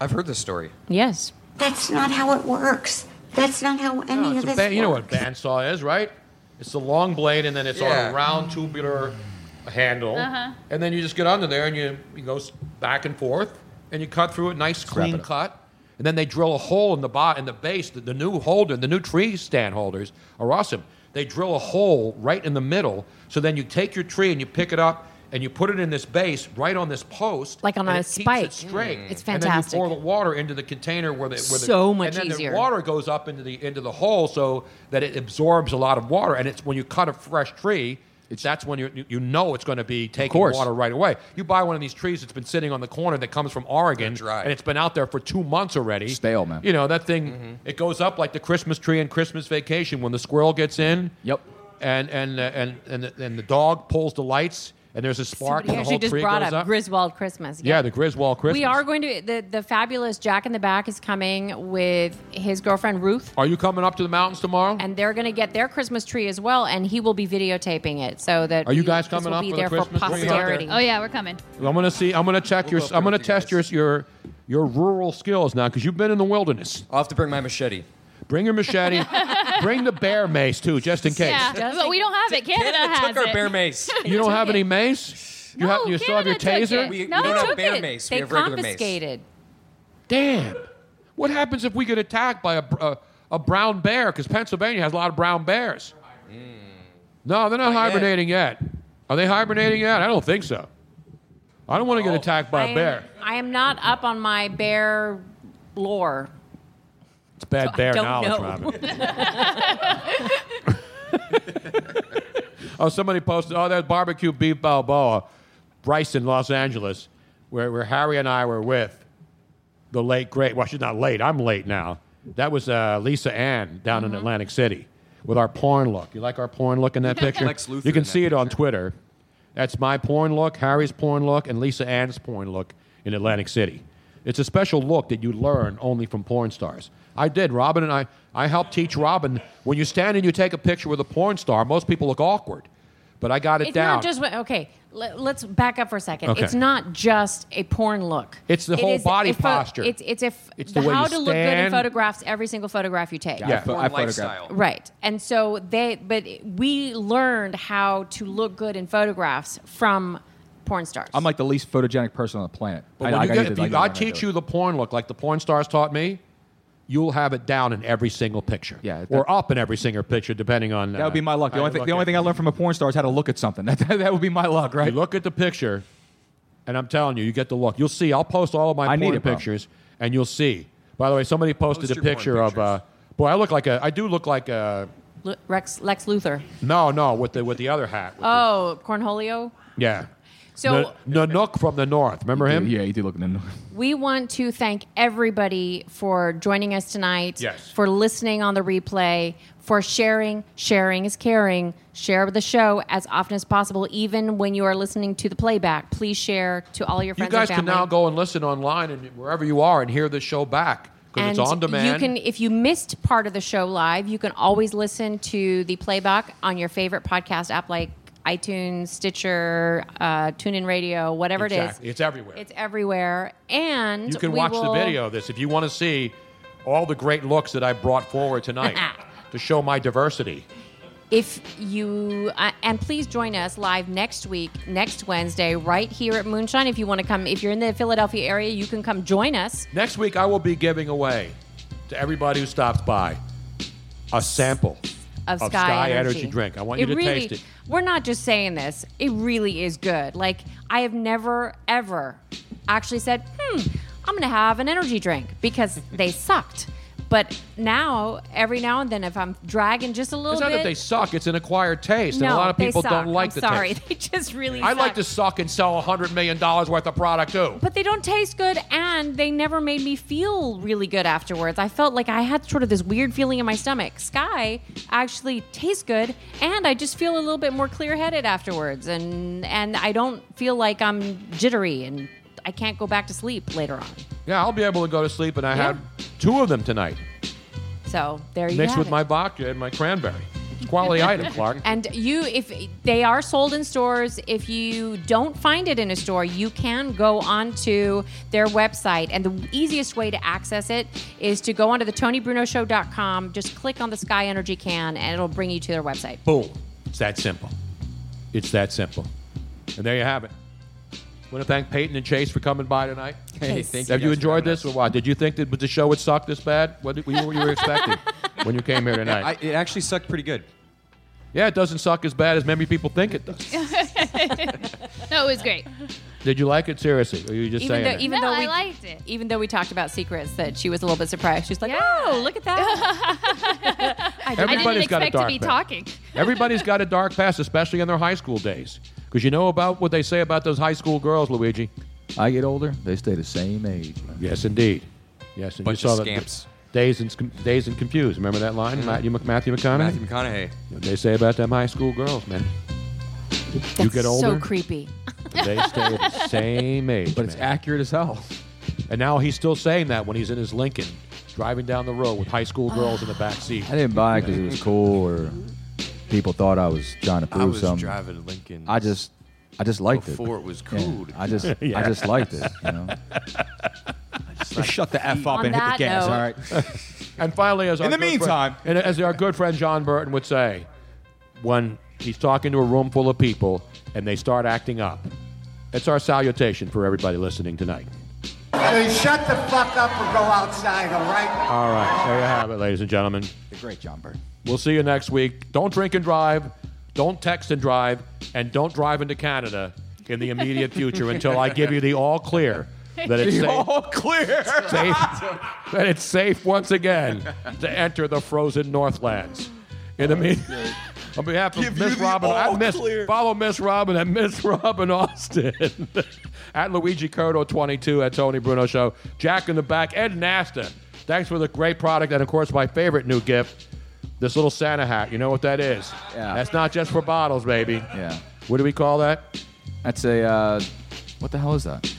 S9: I've heard this story.
S7: Yes.
S15: That's not how it works. That's not how any of
S4: It's a
S15: this
S4: ba- you know
S15: works.
S4: what a bandsaw is, right? It's the long blade, and then it's on
S9: Yeah.
S4: a round tubular handle,
S10: Uh-huh.
S4: and then you just get under there and you you go s- back and forth, and you cut through it, nice
S6: it
S4: clean
S6: up.
S4: cut, and then they drill a hole in the bot in the base. The, the new holder, the new tree stand holders are awesome. They drill a hole right in the middle, so then you take your tree and you pick it up. And you put it in this base, right on this post,
S7: Like on
S4: and
S7: a
S4: it keeps it
S7: spike.
S4: straight.
S7: Mm. It's
S4: And
S7: fantastic.
S4: then you pour the water into the container where the where the-
S7: So
S4: and
S7: much
S4: then
S7: easier.
S4: The water goes up into the into the hole so that it absorbs a lot of water. And it's when you cut a fresh tree, that's when you you know it's going to be taking
S6: course.
S4: water right away. You buy one of these trees that's been sitting on the corner that comes from Oregon, and it's been out there for two months already.
S6: Stale, man. Mm-hmm.
S4: You know that thing. It goes up like the Christmas tree in Christmas Vacation when the squirrel gets in. Yep. And and uh, and and the, and the dog pulls the lights, and there's a spark,
S7: Somebody
S4: and the whole
S7: actually just
S4: tree
S7: brought
S4: goes
S7: up,
S4: up.
S7: Griswold Christmas.
S4: yeah, the Griswold Christmas.
S7: We are going to the the fabulous Jack in the Back is coming with his girlfriend Ruth,
S4: Are you coming up to the mountains tomorrow?
S7: and they're going to get their Christmas tree as well, and he will be videotaping it so that
S4: Are you
S7: we-
S4: guys
S7: this
S4: coming
S7: will
S4: up
S7: be
S4: for the
S7: there
S4: Christmas tree out there?
S7: posterity.
S10: Oh yeah, we're coming.
S4: I'm gonna see. I'm gonna check your. I'm gonna test your your your rural skills now because you've been in the wilderness.
S9: I'll have to bring my machete.
S4: Bring your machete. bring the bear mace too, just in case.
S10: Yeah, but we don't have it. Canada, has
S9: took our
S10: it.
S9: bear mace.
S4: You don't have any mace. You have. You still have your
S10: Canada took
S4: taser.
S10: it. We- we No, don't
S7: They
S10: have
S7: took
S9: bear
S7: it.
S9: mace, we
S7: They
S9: have regular mace.
S7: confiscated.
S4: Damn. What happens if we get attacked by a br- a, a brown bear? Because Pennsylvania has a lot of brown bears. No, they're Hmm. not hibernating yet. Are they hibernating yet? I don't think so. I don't want to get attacked by
S7: I
S4: a
S7: am-
S4: bear.
S7: I am not up on my bear lore.
S4: It's bad
S7: I
S4: bear
S7: don't
S4: knowledge,
S7: know.
S4: Robin. Oh, somebody posted, oh, there's barbecue beef Balboa, Bryson, Los Angeles, where, where Harry and I were with the late great. Well, she's not late. I'm late now. That was uh, Lisa Ann down
S7: Mm-hmm.
S4: in Atlantic City with our porn look. You like our porn look in that picture?
S9: Lex Luthor
S4: you can
S9: in that
S4: see it on Twitter. That's my porn look, Harry's porn look, and Lisa Ann's porn look in Atlantic City. It's a special look that you learn only from porn stars. I did. Robin and I, I helped teach Robin. When you stand and you take a picture with a porn star, most people look awkward. But I got it
S7: it's
S4: down.
S7: not just okay. Let, let's back up for a second.
S4: Okay.
S7: It's not just a porn look.
S4: It's the
S7: It
S4: whole
S7: is
S4: body
S7: a pho-
S4: posture.
S7: It's it's a f-
S4: It's
S7: the,
S4: the way
S7: how
S4: you
S7: to look good in
S4: stand.
S7: photographs. Every single photograph you take.
S4: Yeah, Yeah, I pho-
S9: I lifestyle.
S7: Right, and so they but we learned how to look good in photographs from porn stars.
S6: I'm like the least photogenic person on the planet.
S4: But
S6: I-
S4: when
S6: I,
S4: you
S6: I
S4: get,
S6: did
S4: if
S6: like
S4: you,
S6: that
S4: I
S6: when did
S4: teach you the porn look like the porn stars taught me, you'll have it down in every single picture. Yeah, or up in every single picture, depending on. uh,
S6: That would be my luck. The only, thing, the only thing I learned from a porn star is how to look at something. That, that would be my luck, right?
S4: You look at the picture, and I'm telling you, you get the look. You'll see. I'll post all of my
S6: I need
S4: porn
S6: it, bro.
S4: pictures, and you'll see. By the way, somebody posted
S7: Post
S4: a
S7: your porn
S4: picture of. Uh, boy, I look like a. I do look like a.
S7: Lu- Rex Lex Luthor.
S4: No, no, with the with the other hat.
S7: Oh, Cornholio.
S4: Yeah.
S7: So-
S4: the Nanook from the north. Remember him?
S6: yeah, you do look Nanook.
S7: We want to thank everybody for joining us tonight,
S4: Yes.
S7: for listening on the replay, for sharing. Sharing is caring. Share the show as often as possible, even when you are listening to the playback. Please share to all
S4: You
S7: your friends
S4: guys
S7: and
S4: can
S7: family.
S4: now go and listen online and wherever you are and hear this show back because
S7: and
S4: it's on demand.
S7: You can, if you missed part of the show live, you can always listen to the playback on your favorite podcast app like iTunes, Stitcher, uh, TuneIn Radio, whatever it
S4: Exactly.
S7: is.
S4: It's everywhere.
S7: It's everywhere. And
S4: you can
S7: we
S4: watch the
S7: will-
S4: video of this if you want to see all the great looks that I brought forward tonight to show my diversity.
S7: If you uh, and please join us live next week, next Wednesday, right here at Moonshine. If you want to come, if you're in the Philadelphia area, you can come join us.
S4: Next week, I will be giving away to everybody who stops by a sample
S7: of Sky,
S4: Energy. drink. I want you to
S7: really,
S4: taste it.
S7: We're not just saying this. It really is good. Like I have never ever actually said, "Hmm, I'm going to have an energy drink" because they sucked. But now, every now and then, if I'm dragging just a little
S4: It's not
S7: bit,
S4: that they suck; it's an acquired taste, and a
S7: No,
S4: lot of
S7: they
S4: people
S7: suck.
S4: don't like
S7: I'm
S4: the
S7: sorry.
S4: taste.
S7: They just really.
S4: I like
S7: suck.
S4: to suck and sell hundred million dollars worth of product too.
S7: But they don't taste good, and they never made me feel really good afterwards. I felt like I had sort of this weird feeling in my stomach. Sky actually tastes good, and I just feel a little bit more clear-headed afterwards, and and I don't feel like I'm jittery, and I can't go back to sleep later on.
S4: Yeah, I'll be able to go to sleep, and I had two of them tonight,
S7: So there you
S4: mixed
S7: have
S4: with
S7: it.
S4: my vodka and my cranberry. It's quality item, Clark.
S7: And you, if they are sold in stores, if you don't find it in a store, you can go onto their website. And the easiest way to access it is to go onto the TonyBrunoShow.com, just click on the Sky Energy can, and it'll bring you to their website.
S4: Boom. It's that simple. It's that simple. And there you have it. Want to thank Peyton and Chase for coming by tonight.
S9: Hey, thank you
S4: Have you
S9: guys for
S4: enjoyed this or what? Did you think that the show would suck this bad? What, did- what you were expecting when you came here tonight?
S9: I, it actually sucked pretty good.
S4: yeah, it doesn't suck as bad as many people think it does.
S10: no, it was great.
S4: Did you like it seriously? Or are you just
S7: even
S4: saying
S7: though,
S4: it?
S7: even
S10: No,
S7: though
S10: I
S7: we,
S10: liked it.
S7: Even though we talked about secrets, that she was a little bit surprised. She's like, "Oh, look at that!" I didn't
S4: Everybody's got a
S10: expect to
S4: dark
S10: be
S4: past.
S10: talking.
S4: Everybody's got a dark past, especially in their high school days. Because you know about what they say about those high school girls, Luigi.
S6: I get older, they stay the same age.
S4: Yes, indeed. Yes, and
S9: Bunch
S4: you saw
S9: of
S4: that-
S9: scamps.
S4: Days and Days and Confused. Remember that line,
S9: Mhm.
S4: Matthew, Mc- Matthew McConaughey.
S9: Matthew McConaughey.
S4: What they say about them high school girls, man. you get
S7: so
S4: older,
S7: creepy.
S4: they stay the same age. But it's accurate as hell. And now he's still saying that when he's in his Lincoln, driving down the road with high school girls in the back seat.
S16: I didn't buy it because it was cool or people thought I was trying to
S9: I
S16: prove
S9: was
S6: um,
S16: something.
S9: driving Lincolns
S16: I just, I just liked
S9: before
S16: it.
S9: it was
S16: Yeah,
S9: cool to
S16: I just,
S9: drive.
S16: I just liked it. You know.
S6: Shut the f up
S16: On
S6: and hit the
S16: that
S6: gas.
S16: note-
S6: All right.
S4: And finally, as
S6: In
S4: our
S6: the
S4: good friend-
S6: meantime-
S4: and as our good friend John Burton would say, when he's talking to a room full of people and they start acting up, it's our salutation for everybody listening tonight.
S17: Then shut the fuck up and go outside, all right?
S4: All right, there you have it, ladies and gentlemen.
S6: The great John Bird.
S4: We'll see you next week. Don't drink and drive. Don't text and drive. And don't drive into Canada in the immediate future until I give you the all clear that it's
S6: The
S4: safe,
S6: all clear.
S4: safe- that it's safe once again to enter the frozen Northlands. In the mean, on behalf of Miss Robin, I miss, follow Miss Robin at Miss Robin Austin at Luigi Curto 22 at Tony Bruno Show. Jack in the back, Ed Nasta. Thanks for the great product and of course my favorite new gift, this little Santa hat. You know what that is? Yeah. That's not just for bottles, baby. Yeah. What do we call that?
S16: That's a, uh, what the hell is that?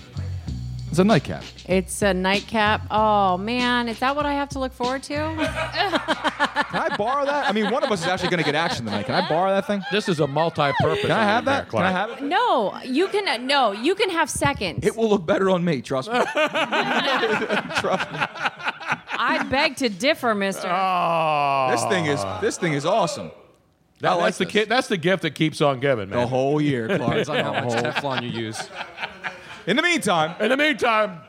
S16: It's a nightcap.
S7: It's a nightcap. Oh man, is that what I have to look forward to?
S6: Can I borrow that? I mean, one of us is actually going to get action tonight. Can I borrow that thing?
S4: This is a multi-purpose.
S6: Can I have
S4: item there,
S6: that? Can I
S4: Clark.
S6: have it?
S7: no, you can. uh, No, you can have seconds.
S6: It will look better on me. Trust me.
S7: I beg to differ, Mister.
S6: This thing is this thing is awesome.
S4: That- that's the ki- that's the gift that keeps on giving, man.
S6: The whole year, Clark.
S4: Depends on how
S6: The
S4: much
S6: whole-
S4: Teflon you use.
S6: In the meantime.
S4: In the meantime,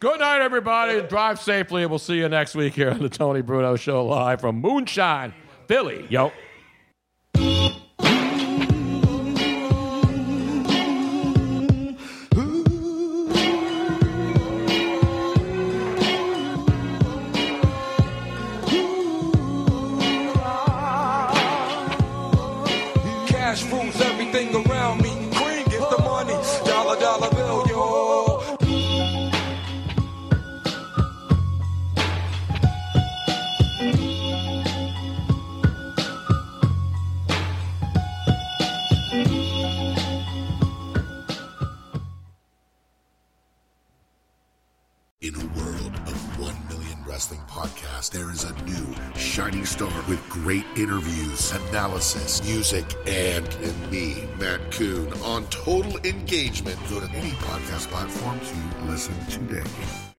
S4: good night, everybody. Drive safely, and we'll see you next week here on the Tony Bruno Show live from Moonshine, Philly. Yo.
S18: Cash rules everything around me. Green gets the money. Dollar, dollar bill, yo.
S19: In a world of 1 million wrestling podcasts,
S9: podcast, there is a new shining star with great interviews, analysis, music, and, and me, Matt Coon, on total engagement. Go to any podcast platform to listen today.